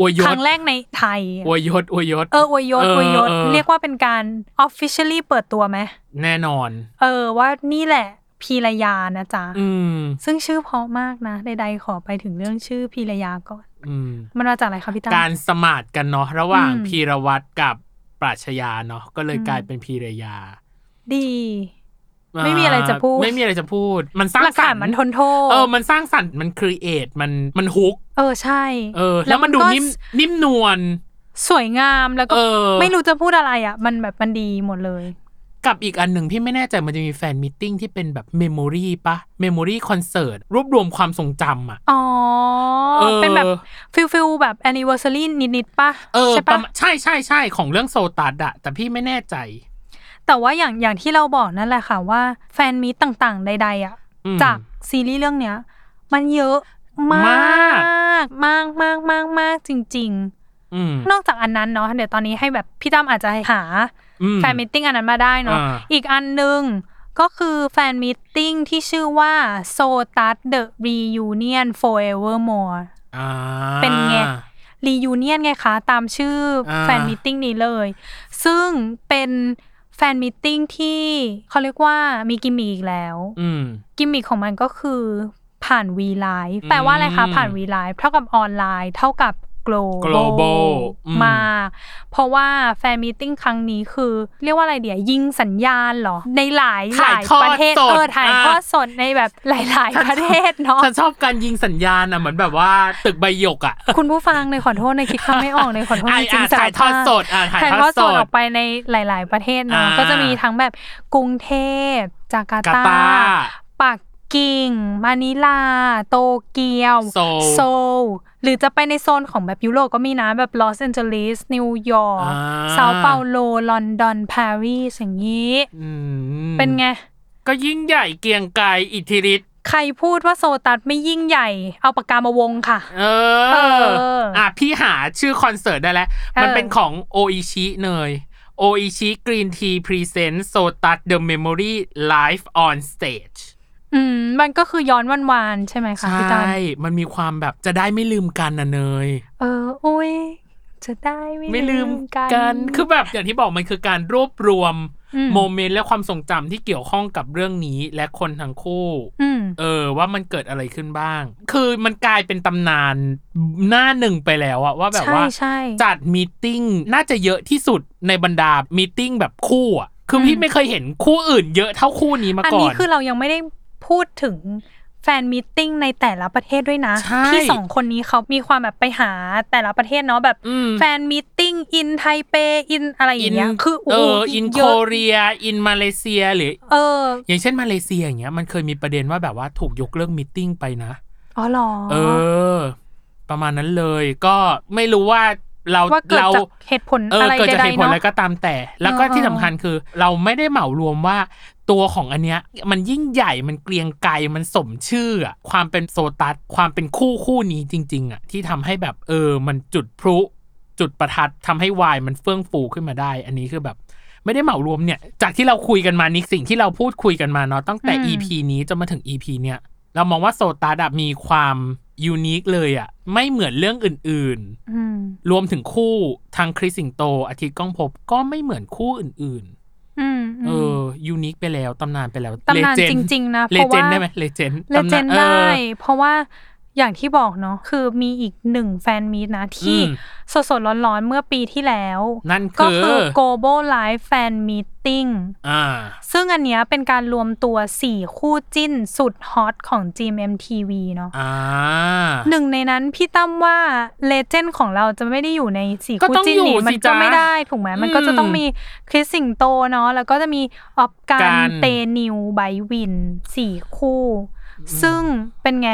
S1: อวยย
S2: ค
S1: ศ
S2: รั้งแรกในไทย
S1: อวยยศอวยยศ
S2: เอออวยยศ
S1: เออ
S2: อวยยศ
S1: เออ
S2: เรียกว่าเป็นการ officially เปิดตัวไหม
S1: แน่นอน
S2: เออ ว่านี่แหละพีรยานะจ๊ะ
S1: อืม
S2: ซึ่งชื่อเพราะมากนะ ใดๆขอไปถึงเรื่องชื่อพีรยาก่อน
S1: อืม
S2: มันมาจากอะไรคะพี่ตั้ม
S1: การสมาดกันเนาะระหว่าง
S2: อืม
S1: พีรวัตรกับปราชญาเนาะก็เลย
S2: อืม
S1: กลายเป็นพีรยา
S2: ดี ไม่มีอะไรจะพูด
S1: ไม่มีอะไรจะพูด มันสร้าง
S2: หลัก
S1: สร
S2: ฐาร น
S1: ค์
S2: มันทนโทษ
S1: เออมันสร้างสรรค์มันครีเอทมันมันฮุก
S2: เออใช่
S1: เออ แล้วมันดู
S2: ก็
S1: นิ่มนิ่มนวล
S2: สวยงามแล้วก็
S1: เออ
S2: ไม่รู้จะพูดอะไรอ่ะ มันแบบมันดีหมดเลย
S1: กับอีกอันหนึ่งพี่ไม่แน่ใจมันจะมีแฟนมิทติ้งที่เป็นแบบเมมโมรีปะเมมโมรีคอนเสิร์ตรวบรวมความทรงจำอ่ะ
S2: อ๋อ
S1: เออ
S2: เป็นแบบฟิลฟิลแบบแอนนิเวอร์ซ y รีนิดๆปะ
S1: เออ
S2: ใช่
S1: ป
S2: ปะ
S1: ระมาณใช่ใช่ใช่ของเรื่องโซตัสอะแต่พี่ไม่แน่ใจ
S2: แต่ว่าอย่างอย่างที่เราบอกนั่นแหละค่ะว่าแฟนมีตต่างๆ ใด ๆ อ่ะ
S1: อืม
S2: จากซีรีส์เรื่องเนี้ย มันเยอะม
S1: มา
S2: าก มากมากมากมากจริง
S1: อืม
S2: ๆ นอกจากอันนั้นเนาะเดี๋ยวตอนนี้ให้แบบพี่ตั้มอาจจะหา
S1: อืม
S2: แฟนมิทติ้งอันนั้นมาได้เนาะ
S1: อ่า
S2: อีกอันหนึ่งก็คือแฟนมิทติ้งที่ชื่อว่า So t a t the Reunion Forevermore
S1: อ่า
S2: เป็นไง Reunion ไงคะ ตามชื่ออา แฟนมิทติ้งนี้เลย ซึ่งเป็นแฟนมิทติ้งที่เขาเรียกว่ามีกิมมิคอีกแล้ว
S1: อืม
S2: กิมมิคของมันก็คือผ่าน V Live แปลว่าอะไรคะ
S1: อืม
S2: ผ่าน V Live เท่ากับออนไลน์ เท่ากับ global,
S1: global อืม
S2: มา เพราะว่าแฟนมีตติ้งครั้งนี้คือ เรียกว่าอะไรเดี๋ยวยิงสัญญาณเหรอ ในหลายห
S1: ถ่า
S2: ลาย ย
S1: ทอด
S2: ประเทศ
S1: สด
S2: เออถ่าย
S1: อ่ะ
S2: ทอดสดในแบบ หลาย ๆ ประเทศเนาะ
S1: ฉันชอบการยิงสัญญาณอะเหมือนแบบว่าตึกใบหยกอะ
S2: คุณผู้ฟังในยขอโทษในยคิดคำไม่ออกในยขอโทษ
S1: อ่ะ
S2: จริง
S1: อ่ะ
S2: ๆส
S1: ถ่ายทอด
S2: ภพ
S1: สดอ่ะถ่าย
S2: ถ่าย
S1: ท
S2: ท
S1: อ
S2: อ
S1: ด
S2: ด
S1: ส
S2: สด
S1: ด
S2: ออกไปในหลาย ๆ ประเทศเนาะ
S1: อ่า
S2: ก็จะมีทั้งแบบกรุงเทพ จาการ์
S1: กา
S2: ตา
S1: ตาร์
S2: ปักกิ่ง มานิลา โตเกียว
S1: โซล
S2: ลหรือจะไปในโซนของแบบยุโรปก็มีนะ แบบลอสแอนเจลิสนิวยอร์กเซาเปาโล ลอนดอน ปารีสอย่างนี้
S1: อืม
S2: เป็นไง
S1: ก็ยิ่งใหญ่เกรียงไกรอิทธิฤทธิ์
S2: ใครพูดว่าโซตัสไม่ยิ่งใหญ่ เอาปากกามาวงค่ะ
S1: เอ
S2: เอ
S1: อ
S2: ออ่
S1: อ่ะพี่หาชื่อคอนเสิร์ตได้แล้ว มัน
S2: เออ
S1: เป็นของโออิชิเนยโออิชิกรีนทีพรีเซนต์โซตัสเดอะเมมโมรีไลฟ์ออนสเตจ
S2: อืม มันก็คือย้อนวันวานๆใช่ไหมคะ
S1: ใช
S2: พี่ตั้
S1: ่
S2: ม
S1: มันมีความแบบจะได้ไม่ลืมกันนะเนย
S2: เอออุ้ยจะได้ไม่
S1: ไม่ลืม
S2: กั
S1: กัน คือแบบอย่างที่บอกมันคือการรวบรวม
S2: อืม
S1: โมเมนต์และความทรงจำที่เกี่ยวข้องกับเรื่องนี้และคนทั้งคู่
S2: อืม
S1: เออว่ามันเกิดอะไรขึ้นบ้าง คือมันกลายเป็นตำนานหน้าหนึ่งไปแล้วอะว่าแบบว่า
S2: ใช่
S1: จัดมีตติ้งน่าจะเยอะที่สุดในบรรดามีตติ้งแบบคู่อะคืออ
S2: ม
S1: พี่ไม่เคยเห็นคู่อื่นเยอะเท่าคู่นี้มา
S2: อัน
S1: ก่อ
S2: นี้
S1: น
S2: คือเรายังไม่ได้พูดถึงแฟนมิทติ้งในแต่ละประเทศด้วยนะ
S1: ใช่
S2: ที่สองคนนี้เขามีความแบบไปหาแต่ละประเทศเนาะแบบ
S1: อืม
S2: แฟนมิทติ้งอินไทเปอินอะไรอย่างเงี้ยคือ
S1: เอ
S2: โโห
S1: ออินโค
S2: ยะ
S1: เรียอินมาเลเซียหรือ
S2: เออ
S1: อย่างเช่นมาเลเซียอย่างเงี้ยมันเคยมีประเด็นว่าแบบว่าถูกยกเลิกมีตติ้งไปนะ
S2: อ๋อเหรอ
S1: เออ ประมาณนั้นเลยก็ไม่รู้ว่า เรา
S2: ว่าเกิด
S1: เรา
S2: จากเหตุผล
S1: เออ
S2: อะไร
S1: เกิดจาก
S2: ใด
S1: เห
S2: ๆ
S1: ตุผล
S2: เนอะ
S1: อะไรก็ตามแต่ แล้วก็
S2: เออเออ
S1: ที่สำคัญคือ เราไม่ได้เหมารวมว่าตัวของอันเนี้ยมันยิ่งใหญ่มันเกรียงไกรมันสมชื่ออะความเป็นโซตัสความเป็นคู่คู่นี้จริง ๆอ่ะที่ทำให้แบบเออมันจุดพลุจุดประทัดทำให้วายมันเฟื่องฟูขึ้นมาได้ อันนี้คือแบบ ไม่ได้เหมารวมเนี่ย จากที่เราคุยกันมานี่สิ่งที่เราพูดคุยกันมาเนาะตั้งแต่
S2: อืม
S1: EP นี้จนมาถึง EP เนี่ย เรามองว่าโซตัสอะมีความยูนิคเลยอะไม่เหมือนเรื่องอื่น ๆ
S2: อืม
S1: รวมถึงคู่ทางคริสสิงโต อาทิตย์ก้องภพบก็ไม่เหมือนคู่อื่น
S2: อืม
S1: ๆ เออยูนิคไปแล้ว ตำนานไปแล้ว
S2: ตำนานจริง ๆ นะเพ
S1: เล
S2: ราะ
S1: เจน
S2: ว่า
S1: ได้ไหมเลเจน
S2: เลเจนด์ได้ เพราะว่าอย่างที่บอกเนาะคือมีอีกหนึ่งแฟนมีตนะ ที่สดสดๆร้อนๆ เมื่อปีที่แล้ว
S1: นั่น
S2: ก็
S1: คือ
S2: คือ global live fan meeting
S1: อ่า
S2: ซึ่งอันเนี้ยเป็นการรวมตัว 4 คู่จิ้นสุดฮอตของ GMMTV เนาะ
S1: อ่า
S2: หนึ่งในนั้นพี่ตั้มว่าเลเจนด์ของเราจะไม่ได้อยู่ในสี่
S1: ก็
S2: คู่
S1: ต้อง
S2: จิ้น
S1: อยู่
S2: นี่มั
S1: สิ
S2: นก็
S1: จ๊ะ
S2: ไม่ได้ถูกไหมมัน
S1: อืม
S2: ก็จะต้องมีคริสสิงโตเนาะแล้วก็จะมีออฟกา
S1: การ ร
S2: เตนิวไบวินสี่คู่ ซึ่งเป็นไง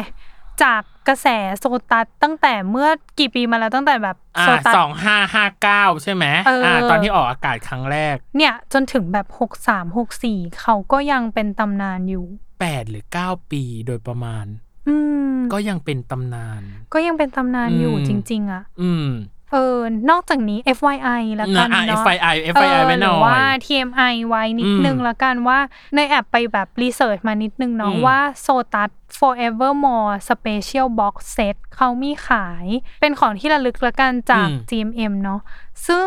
S2: จากกระแสโซตัสตั้งแต่เมื่อกี่ปีมาแล้วตั้งแต่แบบ
S1: อ่า
S2: โซตัส
S1: สองห้าห้าเก้าใช่ไหม
S2: เอออ่
S1: าตอนที่ออกอากาศครั้งแรก
S2: เนี่ยจนถึงแบบหกสามหกสี่เขาก็ยังเป็นตำนานอยู่
S1: แปดหรือเก้าปีโดยประมาณ
S2: อืม
S1: ก็ยังเป็นตำนาน
S2: ก็ยังเป็นตำนานอยู่
S1: อืม
S2: จริง ๆ อ่ะ
S1: อืม
S2: เออ นอกจากนี้ FYI ละกั
S1: นะ
S2: น
S1: อ่ะ
S2: เนาะ
S1: FII
S2: เอ
S1: FII
S2: อ
S1: ไว้ห
S2: ห
S1: น่
S2: รือ อว่า
S1: ย
S2: TMI ไว้นิดนึง
S1: อืม
S2: ละกันว่าในแอบไปแบบรีเสิร์ชมานิดนึงเนาะ
S1: อืม
S2: ว่า Sotus Forevermore Special Box Set เขามีขาย เป็นของที่ระลึกละกันจาก GMM เนาะซึ่ง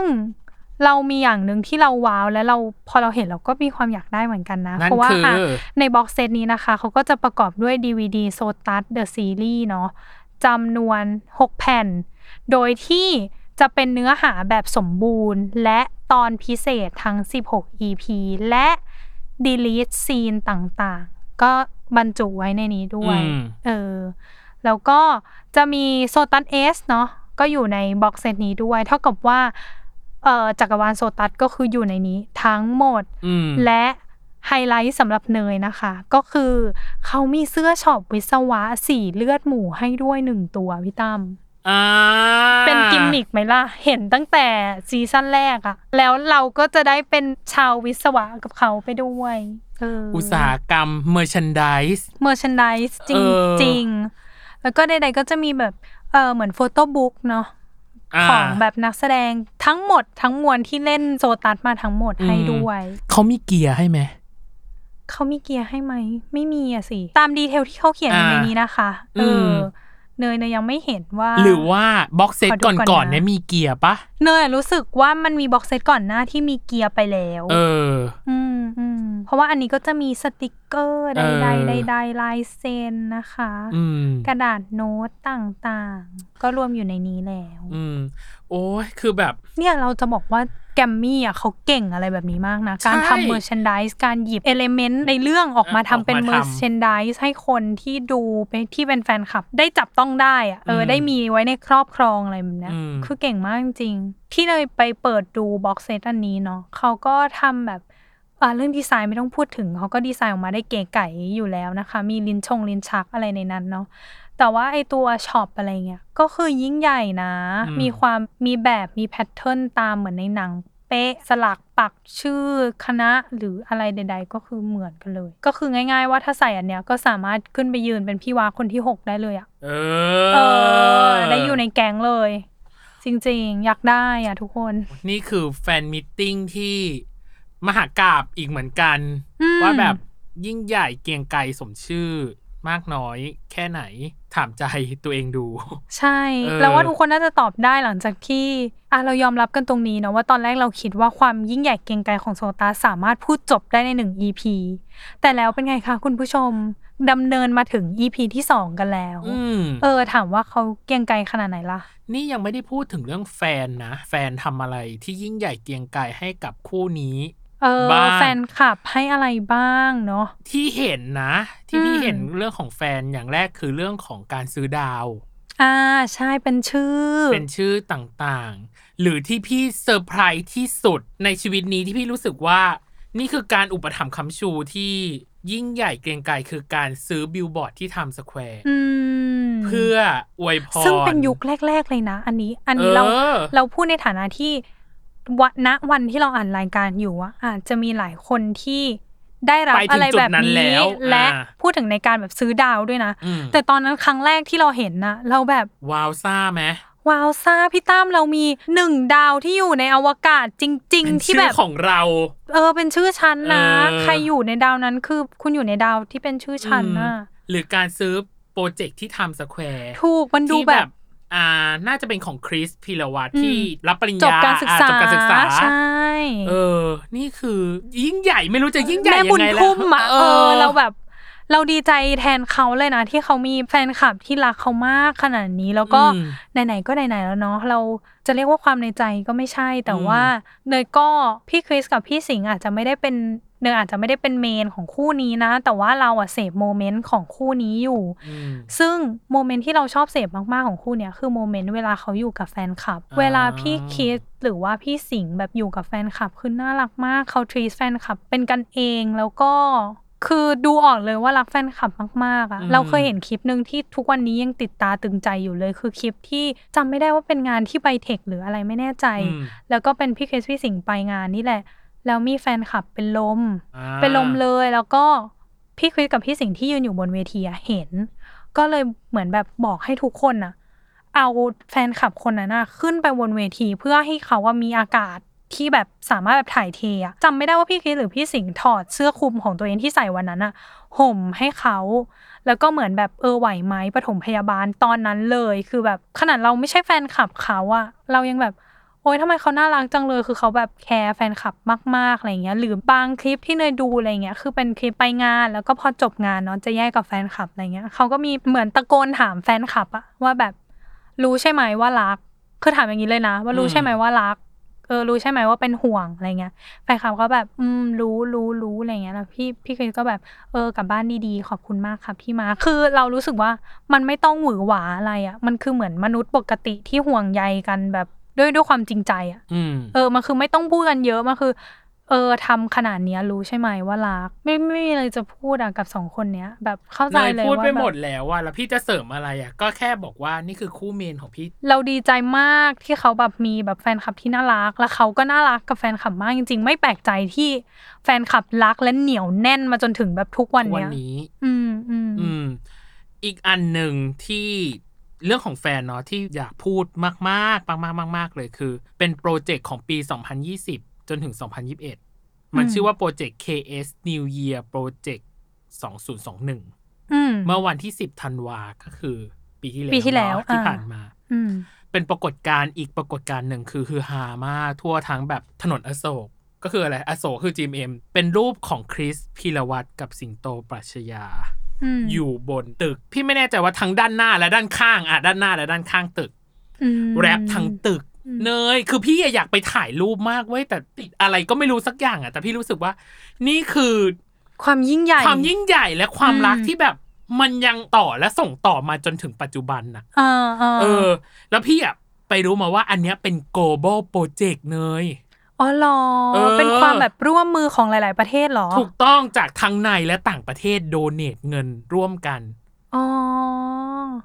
S2: เรามีอย่างหนึ่งที่เราว้าวและเราพอเราเห็นเราก็มีความอยากได้เหมือนกันนะ
S1: นั่น
S2: เพราะว่า
S1: คือ
S2: อ่ะ
S1: อ
S2: ในบ็อกเซตนี้นะคะ เขาก็จะประกอบด้วย DVD s o t u s The Series เนาะจำนวน 6 แผ่น โดยที่จะเป็นเนื้อหาแบบสมบูรณ์ และตอนพิเศษทั้ง 16 EP และ Delete Scene ต่างๆ ก็บรรจุไว้ในนี้ด้วย
S1: อืม
S2: เออ แล้วก็จะมีโซตัสเอสเนาะก็อยู่ในบ็อกเซตนี้ด้วย เท่ากับว่าเอ่อจักรวาลโซตัสก็คืออยู่ในนี้ทั้งหมด
S1: อืม
S2: และไฮไลท์สำหรับเนยนะคะ ก็คือเขามีเสื้อช็อปวิศวะสีเลือดหมูให้ด้วยหนึ่งตัวพี่ตั้ม
S1: อ่า
S2: เป็นกิมมิกไหมล่ะ เห็นตั้งแต่ซีซั่นแรกอะแล้วเราก็จะได้เป็นชาววิศวะกับเขาไปด้วยเออ
S1: อุตสาหกรรมเมอร์ชันด s
S2: เมอร์ชันดิสจริง
S1: เออ
S2: จริงๆแล้วก็ใดๆก็จะมีแบบเออเหมือนโฟโต้บุ๊กเนาะ
S1: อา
S2: ของแบบนักแสดงทั้งหมดทั้งมวลที่เล่นโซตัสมาทั้งหมดให้ด้วย
S1: เขามีเกียร์ให้ไหม
S2: เขามีเกียร์ให้ไหม ไม่มีอะสิ ตามดีเทลที่เขาเขียนอยู่
S1: อ่า
S2: ในนี้นะคะ เอ
S1: ม
S2: อ เนยเนยยังไม่เห็นว่า
S1: หรือว่าบ็อกเซต
S2: ขอดูก่
S1: ก่
S2: อ
S1: อน นๆ
S2: นะ
S1: เนี่ยมีเกียร์ปะ
S2: เนยรู้สึกว่ามันมีบ็อกเซตก่อนหน้าที่มีเกียร์ไปแล้ว
S1: เออ
S2: อืมอืมเพราะว่าอันนี้ก็จะมีสติกเกอร์ใด
S1: เออ
S2: ใดใดใดๆลายเซ็นนะคะ
S1: อืม
S2: กระดาษโน้ตต่างๆ ก็รวมอยู่ในนี้แล้ว
S1: อืม โอ้ยคือแบบ
S2: เนี่ยเราจะบอกว่าแกรมมี่อ่ะเขาเก่งอะไรแบบนี้มากนะ
S1: ใช่
S2: การทำเมอร์ช n นดิสการหยิบเอลเมนต์ในเรื่องออกมา
S1: ออก
S2: ทำเป็น
S1: มา
S2: เม
S1: ทำ
S2: อร์ช n นดิสให้คนที่ดูไปที่เป็นแฟนคลับ ได้จับต้องได้อ่ะเอออ
S1: ม
S2: ได้มีไว้ในครอบครองอะไรแบบเนี้ย
S1: อืม
S2: คือเก่งมากจริงๆ ที่เลยไปเปิดดูบ็อกเซตอันนี้เนาะเขาก็ทำแบบอ่าเรื่องดีไซน์ไม่ต้องพูดถึงเขาก็ดีไซน์ออกมาได้เก๋ไก๋อยู่แล้วนะคะ มีลิ้นชงลิ้นชักอะไรในนั้นเนาะ แต่ว่าไอตัวช็อปอะไรเงี้ยก็คือยิ่งใหญ่นะ
S1: อืม
S2: มีความมีแบบมีแพทเทิร์นตามเหมือนในหนัง เป๊ะสลักปักชื่อคณะหรืออะไรใด ๆ ก็คือเหมือนกันเลย ก็คือง่าย ๆ ว่าถ้าใส่อันเนี้ยก็สามารถขึ้นไปยืนเป็นพี่วาคนที่ 6 ได้เลยอะ
S1: เอ
S2: เอ
S1: อ
S2: อ ได้อยู่ในแก๊งเลย จริงๆ อยากได้อ่ะทุกคน
S1: นี่คือแฟนมิทติ้งที่มหากราบอีกเหมือนกัน
S2: อืม
S1: ว่าแบบยิ่งใหญ่เกรียงไกรสมชื่อ มากน้อยแค่ไหนถามใจตัวเองดู
S2: ใช่
S1: เออ
S2: แล้วว่าทุกคนน่าจะตอบได้หลังจากที่อ่ะเรายอมรับกันตรงนี้เนาะว่าตอนแรกเราคิดว่าความยิ่งใหญ่เกรียงไกรของโซตาสามารถพูดจบได้ในหนึ่ง EP แต่แล้วเป็นไงคะคุณผู้ชมดำเนินมาถึง EP ที่สองกันแล้ว
S1: อืม
S2: เออ ถามว่าเขาเกรียงไกรขนาดไหนล่ะ
S1: นี่ยังไม่ได้พูดถึงเรื่องแฟนนะ แฟนทำอะไรที่ยิ่งใหญ่เกรียงไกรให้กับคู่นี้
S2: เออ
S1: บ้าง
S2: แฟนคลับให้อะไรบ้างเนาะ
S1: ที่เห็นนะ ที่
S2: อื
S1: พี่
S2: ม
S1: เห็นเรื่องของแฟนอย่างแรกคือเรื่องของการซื้อดาว
S2: อ่าใช่เป็นชื่อ
S1: เป็นชื่อต่างๆ หรือที่พี่เซอร์ไพรส์ที่สุดในชีวิตนี้ที่พี่รู้สึกว่า นี่คือการอุปถัมภ์คำชูที่ยิ่งใหญ่เกรียงไกรคือการซื้อบิลบอร์ดที่ไทม์สแควร์
S2: อืม
S1: เ เพื่ออวยพร
S2: ซึ่งเป็นยุคแรก ๆ เลยนะ อันนี้ อันนี้เรา
S1: เออ
S2: เราพูดในฐานะที่วันณวันที่เราอ่านรายการอยู่ว่าอาจจะมีหลายคนที่ได้รับ
S1: ไปถึ
S2: อะ
S1: ง
S2: ไร
S1: จุด
S2: แบบ
S1: นั้นแล้
S2: นี้
S1: ว
S2: และ
S1: อ่า
S2: พูดถึงในการแบบซื้อดาวด้วยนะ
S1: อืม
S2: แต่ตอนนั้นครั้งแรกที่เราเห็นนะเราแบบ
S1: วาวซ่าไหม
S2: ว้าวซ่าพี่ตั้มเรามีหนึ่งดาวที่อยู่ในอวกาศจริง
S1: เป็น
S2: ๆ ที่
S1: ชื่
S2: แบ
S1: อบ ของเรา
S2: เออเป็นชื่อชั้นนะ
S1: เออ
S2: ใครอยู่ในดาวนั้นคือคุณอยู่ในดาวที่เป็นชื่อชั้นนะ
S1: อืมหรือการซื้อโปรเจกต์ที่ทำสแควร์
S2: ถูกมันดู
S1: ที่
S2: แบ
S1: แบบ บ อ่า น่าจะเป็นของคริสพีรวัตร
S2: อืม
S1: ที่รับปริญ
S2: จ
S1: ญา
S2: บการศึกษา
S1: อ่จบการศึกษา
S2: ใช่
S1: เออ นี่คือยิ่งใหญ่ไม่รู้จะยิ่งใหญ่
S2: แม่
S1: ยังไง
S2: บุญ
S1: แล้ว
S2: คุ้มอ่ะเออ เราแบบ เราดีใจแทนเขาเลยนะ ที่เขามีแฟนคลับที่รักเขามากขนาดนี้แล้วก็
S1: อืม
S2: ไหนๆก็ไหนๆแล้วเนาะเราจะเรียกว่าความในใจก็ไม่ใช่ แต่
S1: อืม
S2: ว่าเนยก็พี่คริสกับพี่สิงห์อาจจะไม่ได้เป็นเนยอาจจะไม่ได้เป็นเมนของคู่นี้นะ แต่ว่าเราอะเสพโมเมนต์ของคู่นี้อยู่
S1: อืม
S2: ซึ่งโมเมนต์ที่เราชอบเสพมาก ๆ ของคู่เนี้ยคือโมเมนต์เวลาเขาอยู่กับแฟนคลับ
S1: อ่า
S2: เวลาพี่คิดหรือว่าพี่สิงห์แบบอยู่กับแฟนคลับคือน่ารักมากเขาทรีสแฟนคลับเป็นกันเองแล้วก็ คือดูออกเลยว่ารักแฟนคลับมาก ๆอะเราเคยเห็นคลิปหนึ่งที่ทุกวันนี้ยังติดตาตึงใจอยู่เลย คือคลิปที่จำไม่ได้ว่าเป็นงานที่ไบเทคหรืออะไรไม่แน่ใจ
S1: อืม
S2: แล้วก็เป็นพี่เคสพี่สิงห์ไปงานนี่แหละ แล้วมีแฟนคลับเป็นลม
S1: อ่า
S2: เป็นลมเลยแล้วก็พี่คริสกับพี่สิงห์ที่ยืนอยู่บนเวทีอะเห็น ก็เลยเหมือนแบบบอกให้ทุกคนน่ะ เอาแฟนคลับคนนั้นน่ะขึ้นไปบนเวทีเพื่อให้เขาว่ามีอากาศที่แบบสามารถแบบถ่ายเทอะจำไม่ได้ว่าพี่คริสหรือพี่สิงห์ถอดเสื้อคลุมของตัวเองที่ใส่วันนั้นอะห่มให้เขา แล้วก็เหมือนแบบเออไหวไหมปฐมพยาบาลตอนนั้นเลย คือแบบขนาดเราไม่ใช่แฟนคลับเขาอะเรายังแบบ โอ๊ยทำไมเขาน่ารักจังเลย คือเขาแบบแคร์แฟนคลับมาก ๆ อะไรเงี้ย หรือบางคลิปที่เนยดูอะไรเงี้ย คือเป็นคลิปไปงาน แล้วก็พอจบงานเนาะ จะแยกกับแฟนคลับอะไรเงี้ย เขาก็มีเหมือนตะโกนถามแฟนคลับอะว่าแบบรู้ใช่ไหมว่ารัก คือถามอย่างนี้เลยนะ ว่ารู้ใช่ไหมว่ารัก เออ รู้ใช่ไหมว่าเป็นห่วงอะไรเงี้ย แฟนคลับก็แบบ อืม รู้ รู้ รู้ อะไรเงี้ย แล้วพี่ พี่คริสก็แบบ เออ กลับบ้านดีๆ ขอบคุณมากครับพี่มา คือเรารู้สึกว่ามันไม่ต้องหวือหวาอะไรอะ่ะ มันคือเหมือนมนุษย์ปกติที่ห่วงใยกันแบบด้วยด้วยความจริงใจอะ่ะ
S1: อืม
S2: เออ มันคือไม่ต้องพูดกันเยอะ มันคือ เออทำขนาดเนี้ยรู้ใช่ไหมว่ารัก ไม่ไม่มีอะไรจะพูดอ่ะกับสองคนเนี้ย แบบเข้าใจเล
S1: น
S2: ยว่า
S1: พูดไป
S2: แบบ
S1: หมดแล้วว่าแล้วพี่จะเสริมอะไรอ่ะ ก็แค่บอกว่านี่คือคู่เมนของพี่
S2: เราดีใจมากที่เขาแบบมีแบบแฟนคลับที่น่ารัก แล้วเขาก็น่ารักกับแฟนคลับมากจริง ๆ ไม่แปลกใจที่แฟนคลับรักและเหนียวแน่นมาจนถึงแบบทุกวัน
S1: วัน
S2: เนี้ย
S1: นี้
S2: อืมอืม
S1: อืม อีกอันหนึ่งที่เรื่องของแฟนเนาะที่อยากพูดมากๆมากๆมากๆเลยคือ เป็นโปรเจกต์ของปี 2020 จนถึง 2021 มันชื่อว่าโปรเจกต์ KS New Year Project 2021
S2: อืม
S1: เมื่อวันที่ 10ธันวาก็คือ ปีที่แล้ว
S2: ปีที่แล้ว
S1: เนอะที่
S2: อ่า
S1: ผ่านมา
S2: อืม
S1: เป็นปรากฏการณ์อีกปรากฏการณ์หนึ่งคือคือฮามากทั่วทั้งแบบถนนอโศก ก็คืออะไร อโศกคือ GMM เป็นรูปของคริสพีรวัตรกับสิงโตปรัชญา
S2: อืม
S1: อยู่บนตึก พี่ไม่แน่ใจว่าทั้งด้านหน้าและด้านข้างอ่ะด้านหน้าและด้านข้างตึก
S2: อืม
S1: แรปทั้งตึก
S2: อืม
S1: เนย คือพี่อยากไปถ่ายรูปมากเว้ยแต่ติดอะไรก็ไม่รู้สักอย่างอ่ะแต่พี่รู้สึกว่า นี่คือ
S2: ความยิ่งใหญ่
S1: ความยิ่งใหญ่และความรัก
S2: อืม
S1: ที่แบบมันยังต่อและส่งต่อมาจนถึงปัจจุบันน่ะ
S2: เออเออ
S1: เออ แล้วพี่อ่ะไปรู้มาว่าอันเนี้ยเป็น global project เนย
S2: อ๋อเหรอ
S1: เออ
S2: เป็นความแบบร่วมมือของหลาย ๆ ประเทศเหรอ
S1: ถูกต้องจากทั้งในและต่างประเทศโดเนทเงินร่วมกัน
S2: อ๋อ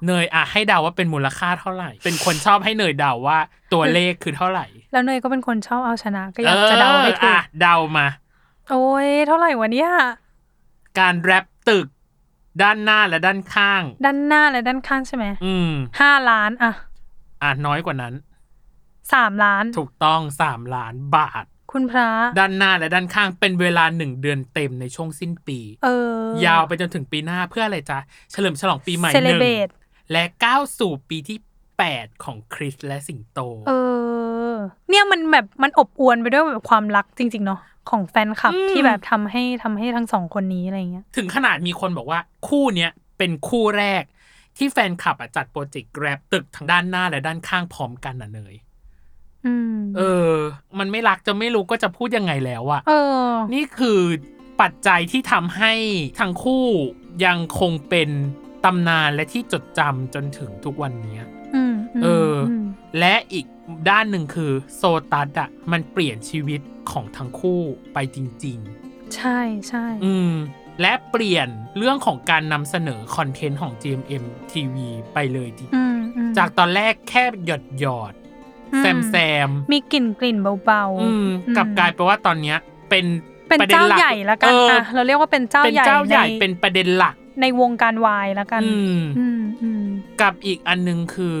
S1: เนยอ่ะให้เดาว่าเป็นมูลค่าเท่าไหร่ เป็นคนชอบให้เนยเดาว่าตัวเลขคือเท่าไหร่
S2: แล้วเนยก็เป็นคนชอบเอาชนะก็อยากจะเดาให้
S1: เออ
S2: ถูก
S1: อ่ะเดามา
S2: โอ้ยเท่าไหร่วะเนี่ย
S1: การแรปตึก ด้านหน้าและด้านข้าง
S2: ด้านหน้าและด้านข้างใช่ไหม
S1: อืม
S2: ห้าล้านอะ
S1: อ่ะน้อยกว่านั้น
S2: สามล้าน
S1: ถูกต้องสามล้านบาท
S2: คุณพระ
S1: ด้านหน้าและด้านข้างเป็นเวลาหนึ่งเดือนเต็มในช่วงสิ้นปี
S2: เออย
S1: าวไปจนถึงปีหน้าเพื่ออะไรจ๊ะ เฉลิมฉลองปีใหม่
S2: เซ
S1: ห
S2: เล
S1: นึ่ง
S2: เบต
S1: และก้าวสู่ปีที่ 8 ของคริสและสิงโต
S2: เออ เนี่ยมันแบบมันอบอวลไปด้วยแบบความรักจริง ๆ เนาะของแฟนคลับ
S1: อืม
S2: ที่แบบทำให้ทำให้ทั้งสองคนนี้อะไรเงี้ย
S1: ถึงขนาดมีคนบอกว่าคู่เนี้ยเป็นคู่แรก ที่แฟนคลับอะจัดโปรเจกต์แกรบตึกทางด้านหน้าและด้านข้างพร้อมกันน่ะเนย
S2: อืม
S1: เออ มันไม่รักจะไม่รู้ก็จะพูดยังไงแล้วอะ
S2: เออ
S1: นี่คือปัจจัยที่ทำให้ทั้งคู่ยังคงเป็นตำนานและที่จดจำจนถึงทุกวันเนี้ย
S2: อืมม
S1: เอออื
S2: ม
S1: และอีกด้านหนึ่งคือโซตัสอะมันเปลี่ยนชีวิตของทั้งคู่ไปจริง
S2: ใช่ใช่
S1: ๆ อืม และเปลี่ยนเรื่องของการนำเสนอคอนเทนต์ของ GMM TV ไปเลยดี
S2: อืมอืม
S1: จากตอนแรกแค่หยดหยอด
S2: อื
S1: แซม
S2: ม
S1: แซม
S2: มีกลิ่นกลิ่นเบา
S1: อืมกลับกลายไปว่าตอนเนี้ยเป็น
S2: ๆ เป็น
S1: ระด็
S2: เจ้า
S1: ลั
S2: ใหญ่ละกัน
S1: เออ
S2: อ่ะเราเรียกว่าเป็นเจ้า
S1: เป็น
S2: ใหญ่
S1: เจ้าใหญ่
S2: ใน
S1: เป็นประเด็นหลัก
S2: ในวงการวายละกัน
S1: อืม
S2: อืมอืม
S1: กับอีกอันหนึงคือ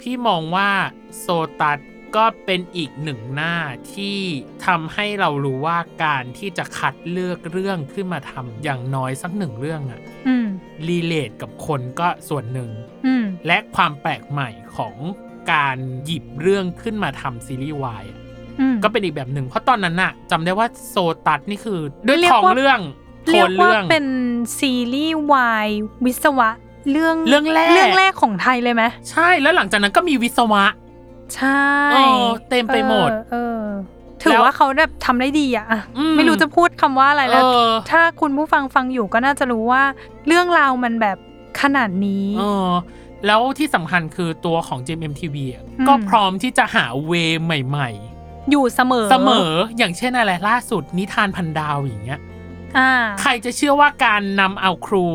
S1: พี่มองว่าโซตัสก็เป็นอีกหนึ่งหน้าที่ทำให้เรารู้ว่าการที่จะคัดเลือกเรื่องขึ้นมาทำอย่างน้อยสักหนึ่งเรื่องอะ
S2: อืม
S1: รีเลทกับคนก็ส่วนหนึ่ง
S2: อืม
S1: และความแปลกใหม่ของการหยิบเรื่องขึ้นมาทำซีรีส์วายอะ
S2: อืม
S1: ก็เป็นอีกแบบหนึ่งเพราะตอนนั้นน่ะจำได้ว่าโซตัสนี่คือด้วย
S2: เรีย
S1: ข
S2: ก
S1: อง
S2: ว่า
S1: เรื่องโท
S2: เรียก
S1: น
S2: ว่า
S1: เรื่อง
S2: เป็นซีรีส์วายวิศวะเรื่อง
S1: เรื่องแรก
S2: เรื่องแรกของไทยเลยไหม
S1: ใช่แล้วหลังจากนั้นก็มีวิศวะ
S2: ใช่
S1: เออเต็มไปหมด
S2: เออเออ ถือ
S1: แล้ว
S2: ว่าเขาแบบทำได้ดีอะอะ
S1: อืม
S2: ไม่รู้จะพูดคำว่าอะไร
S1: เอ
S2: แล้ว
S1: อ
S2: ถ้าคุณผู้ฟังฟังอยู่ก็น่าจะรู้ว่า เรื่องราวมันแบบขนาดนี้
S1: เออแล้วที่สำคัญคือตัวของ JMTV อ่ะ
S2: อืม
S1: ก็พร้อมที่จะหาเวย์ใหม่
S2: อยู่เสมอ
S1: ๆ เสมออย่างเช่นอะไรล่าสุดนิทานพันดาวอย่างเงี้ย
S2: อ่า
S1: ใครจะเชื่อว่าการนำเอาครู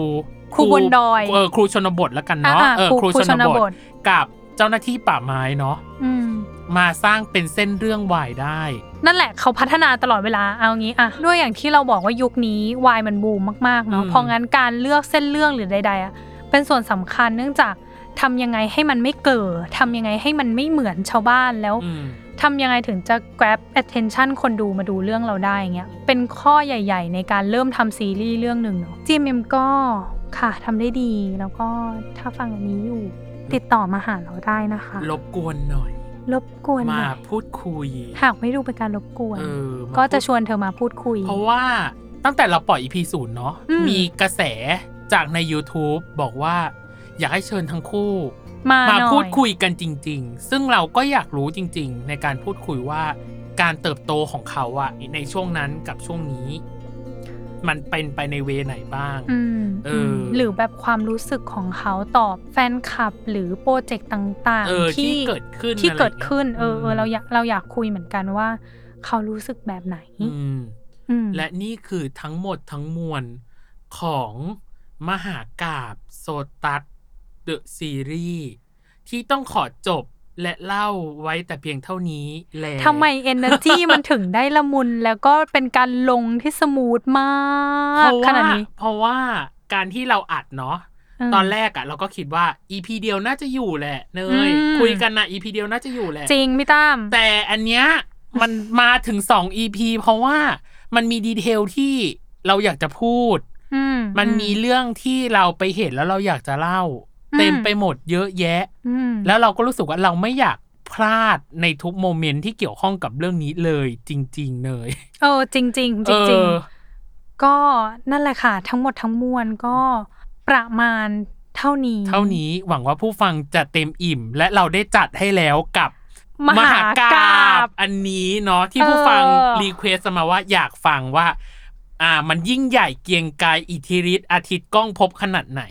S2: ครูบนดอย
S1: เออครูชนบทแล้วกันเนาะ
S2: อ่าๆ
S1: เออ
S2: ครู
S1: ครู
S2: ครู
S1: ช
S2: ช
S1: น
S2: น
S1: บบ ท
S2: ท
S1: กับเจ้าหน้าที่ป่าไม้เนาะ
S2: อืม
S1: มาสร้างเป็นเส้นเรื่องวายได้
S2: นั่นแหละเขาพัฒนาตลอดเวลาเอางี้อะด้วยอย่างที่เราบอกว่ายุคนี้วายมันบูมมากๆเนาะ
S1: อืม
S2: เพราะงั้นการเลือกเส้นเรื่องหรือใดๆอะเป็นส่วนสำคัญเนื่องจากทำยังไงให้มันไม่เกิดทำยังไงให้มันไม่เหมือนชาวบ้านแล้ว
S1: อืม
S2: ทำยังไงถึงจะ grab attention คนดูมาดูเรื่องเราได้เงี้ยเป็นข้อใหญ่ ๆ ในการเริ่มทำซีรีส์เรื่องหนึ่งเนาะ GMM ก็ค่ะทำได้ดีแล้วก็ถ้าฟังอันนี้อยู่ ติดต่อมาหาเราได้นะคะ
S1: รบกวนหน่อย
S2: รบกวนห
S1: มา
S2: น่อย
S1: พูดคุย
S2: หากไม่ดูเป็นการรบกวน
S1: เออมา
S2: ก็จะ
S1: พูด
S2: ชวนเธอมาพูดคุย
S1: เพราะว่าตั้งแต่เราปล่อย EP ศูนย์เนาะ
S2: อืม
S1: มีกระแสจากใน YouTube บอกว่า อยากให้เชิญทั้งคู่
S2: มา
S1: มา
S2: หน่อ
S1: พูดคุยกันจริง ๆ ซึ่งเราก็อยากรู้จริง ๆ ในการพูดคุยว่าการเติบโตของเขาอะในช่วงนั้นกับช่วงนี้ มันเป็นไปในเวไหนบ้าง
S2: อืม
S1: เออ
S2: หรือแบบความรู้สึกของเขาต่อแฟนคลับหรือโปรเจกต์ต่าง
S1: เออ
S2: ๆ
S1: ที่เกิดขึ้น
S2: ที่
S1: อะไร
S2: เกิดขึ้น
S1: เงี้ย
S2: เออเอ
S1: ม
S2: อเราอยากเราอยากคุยเหมือนกันว่า เขารู้สึกแบบไหน
S1: อืม
S2: อืม
S1: และนี่คือทั้งหมดทั้งมวลของมหากาบโซตัสเดอะซีรีส์ที่ต้องขอจบและเล่าไว้แต่เพียงเท่านี้แล้ว
S2: ทำไม energy มันถึงได้ละมุน แล้วก็เป็นการลงที่สมูทมา
S1: เพ
S2: ก
S1: ราะ
S2: ข
S1: ว่า
S2: นาดนี้
S1: เพราะว่าการที่เราอัดเนาะ
S2: เออ
S1: ตอนแรกอะเราก็คิดว่า EP เดียวน่าจะอยู่แหละเน
S2: อื
S1: ย
S2: ม
S1: คุยกันนะ EP เดียวน่าจะอยู่แหละ
S2: จริงพี่ตั้ม
S1: แต่อันเนี้ยมัน มาถึง 2 EP เพราะว่ามันมีดีเทลที่เราอยากจะพูด
S2: อื
S1: มันมีเรื่องที่เราไปเห็นแล้วเราอยากจะเล่า เต็มไปหมดเยอะแยะ
S2: อืม
S1: แล้วเราก็รู้สึกว่าเราไม่อยากพลาดในทุกโมเมนต์ที่เกี่ยวข้องกับเรื่องนี้เลย จริง ๆ เลย
S2: เออจริงจริงๆจริงๆ ก็นั่นแหละค่ะ ทั้งหมดทั้งมวลก็ประมาณเท่านี้
S1: เท่านี้หวังว่าผู้ฟังจะเต็มอิ่ม และเราได้จัดให้แล้วกับ
S2: มหากา
S1: บบ อันนี้เนาะที่
S2: เออ
S1: ผู้ฟังรีเควสต์มาว่าอยากฟังว่า อ่า มันยิ่งใหญ่เกรียงไกายอิทธิฤทธิ์อาทิตย์ก้องภพบขนาดไหน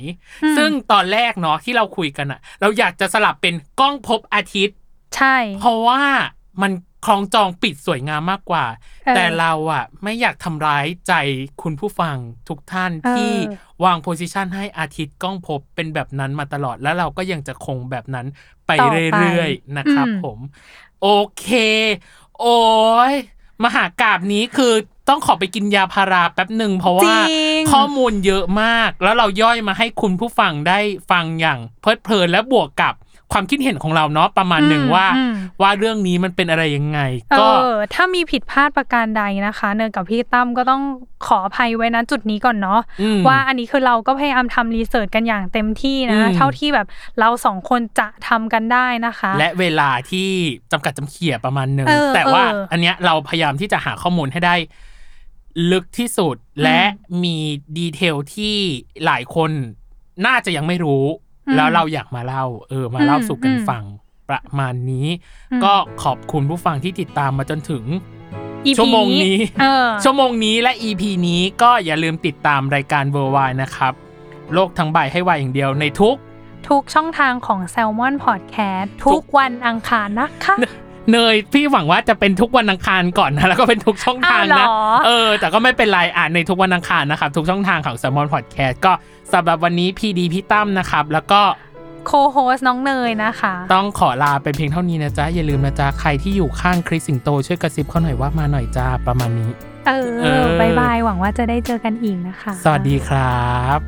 S1: ซึ่งตอนแรกเนาะที่เราคุยกันอะเราอยากจะสลับเป็นกล้องภพบอาทิตย์
S2: ใช่
S1: เพราะว่ามันคลองจองปิดสวยงามมากกว่า
S2: เออ
S1: แต่เราอะไม่อยากทำร้ายใจคุณผู้ฟังทุกท่าน
S2: เออ
S1: ที่วางโพสิชันให้อาทิตย์ก้องภพบเป็นแบบนั้นมาตลอด แล้วเราก็ยังจะคงแบบนั้นไป
S2: ต่อไป
S1: เรื่อยๆนะครับ
S2: อืม
S1: ผม โอเค โอ้ยมหากาบนี้คือต้องขอไปกินยาพาราแป๊บหนึ่งเพราะ
S2: จ
S1: ว่า
S2: ริง
S1: ข้อมูลเยอะมาก แล้วเราย่อยมาให้คุณผู้ฟังได้ฟังอย่างเพลิดเพลินและบวกกับความคิดเห็นของเราเนาะประมาณหนึ่ง
S2: อืม
S1: ว่า
S2: อืม
S1: ว่าเรื่องนี้มันเป็นอะไรยังไง
S2: เอ
S1: ก็
S2: อถ้ามีผิดพลาดประการใดนะคะ เนยกับพี่ตั้มก็ต้องขออภัยไว้นะจุดนี้ก่อนเนาะ
S1: ม
S2: ว่าอันนี้คือเราก็พยายามทำรีเสิร์ชกันอย่างเต็มที่นะ
S1: อืม
S2: เท่าที่แบบเราสองคนจะทำกันได้นะคะ
S1: และเวลาที่จำกัดจำเขี่ยประมาณหนึ่ง
S2: เออ
S1: แต่ว่า
S2: เอออั
S1: อันเนี้ยเราพยายามที่จะหาข้อมูลให้ได้ ลึกที่สุดและมีดีเทลที่หลายคนน่าจะยังไม่รู้
S2: อืม
S1: แล้วเราอยากมาเล่า เออ มาเล่าสู่กัน
S2: อืม
S1: ฟังประมาณนี้
S2: อืม
S1: ก็ขอบคุณผู้ฟังที่ติดตามมาจนถึง
S2: EP
S1: ชั่วโมงนี้
S2: เออ
S1: ชั่วโมงนี้และ EP นี้ก็อย่าลืมติดตามรายการเวอร์ไวนะครับ โลกทั้งใบให้วายอย่างเดียวในทุก
S2: ทุกช่องทางของ Salmon Podcast ทุกวันอังคารนะคะ
S1: เนยพี่หวังว่าจะเป็นทุกวันอังคารก่อนนะ แล้วก็เป็นทุกช่องทางนะ
S2: อ้าวเหรอ
S1: เออ แต่ก็ไม่เป็นไรอ่านในทุกวันอังคารนะครับ ทุกช่องทางของ s ซ l m o n Podcast ก็สำหรับวันนี้พีดีพี่ตั้มนะครับ แล้วก็
S2: โคโฮสน้องเนยนะคะ
S1: ต้องขอลาเป็นเพียงเท่านี้นะจ๊ะ อย่าลืมนะจ๊ะ ใครที่อยู่ข้างคริสสิงโต ช่วยกระซิบเขาหน่อยว่ามาหน่อยจ้าประมาณนี้
S2: เอ
S1: เอ
S2: อ
S1: อ
S2: บายบาย หวังว่าจะได้เจอกันอีกนะคะ
S1: สวัสดีครับ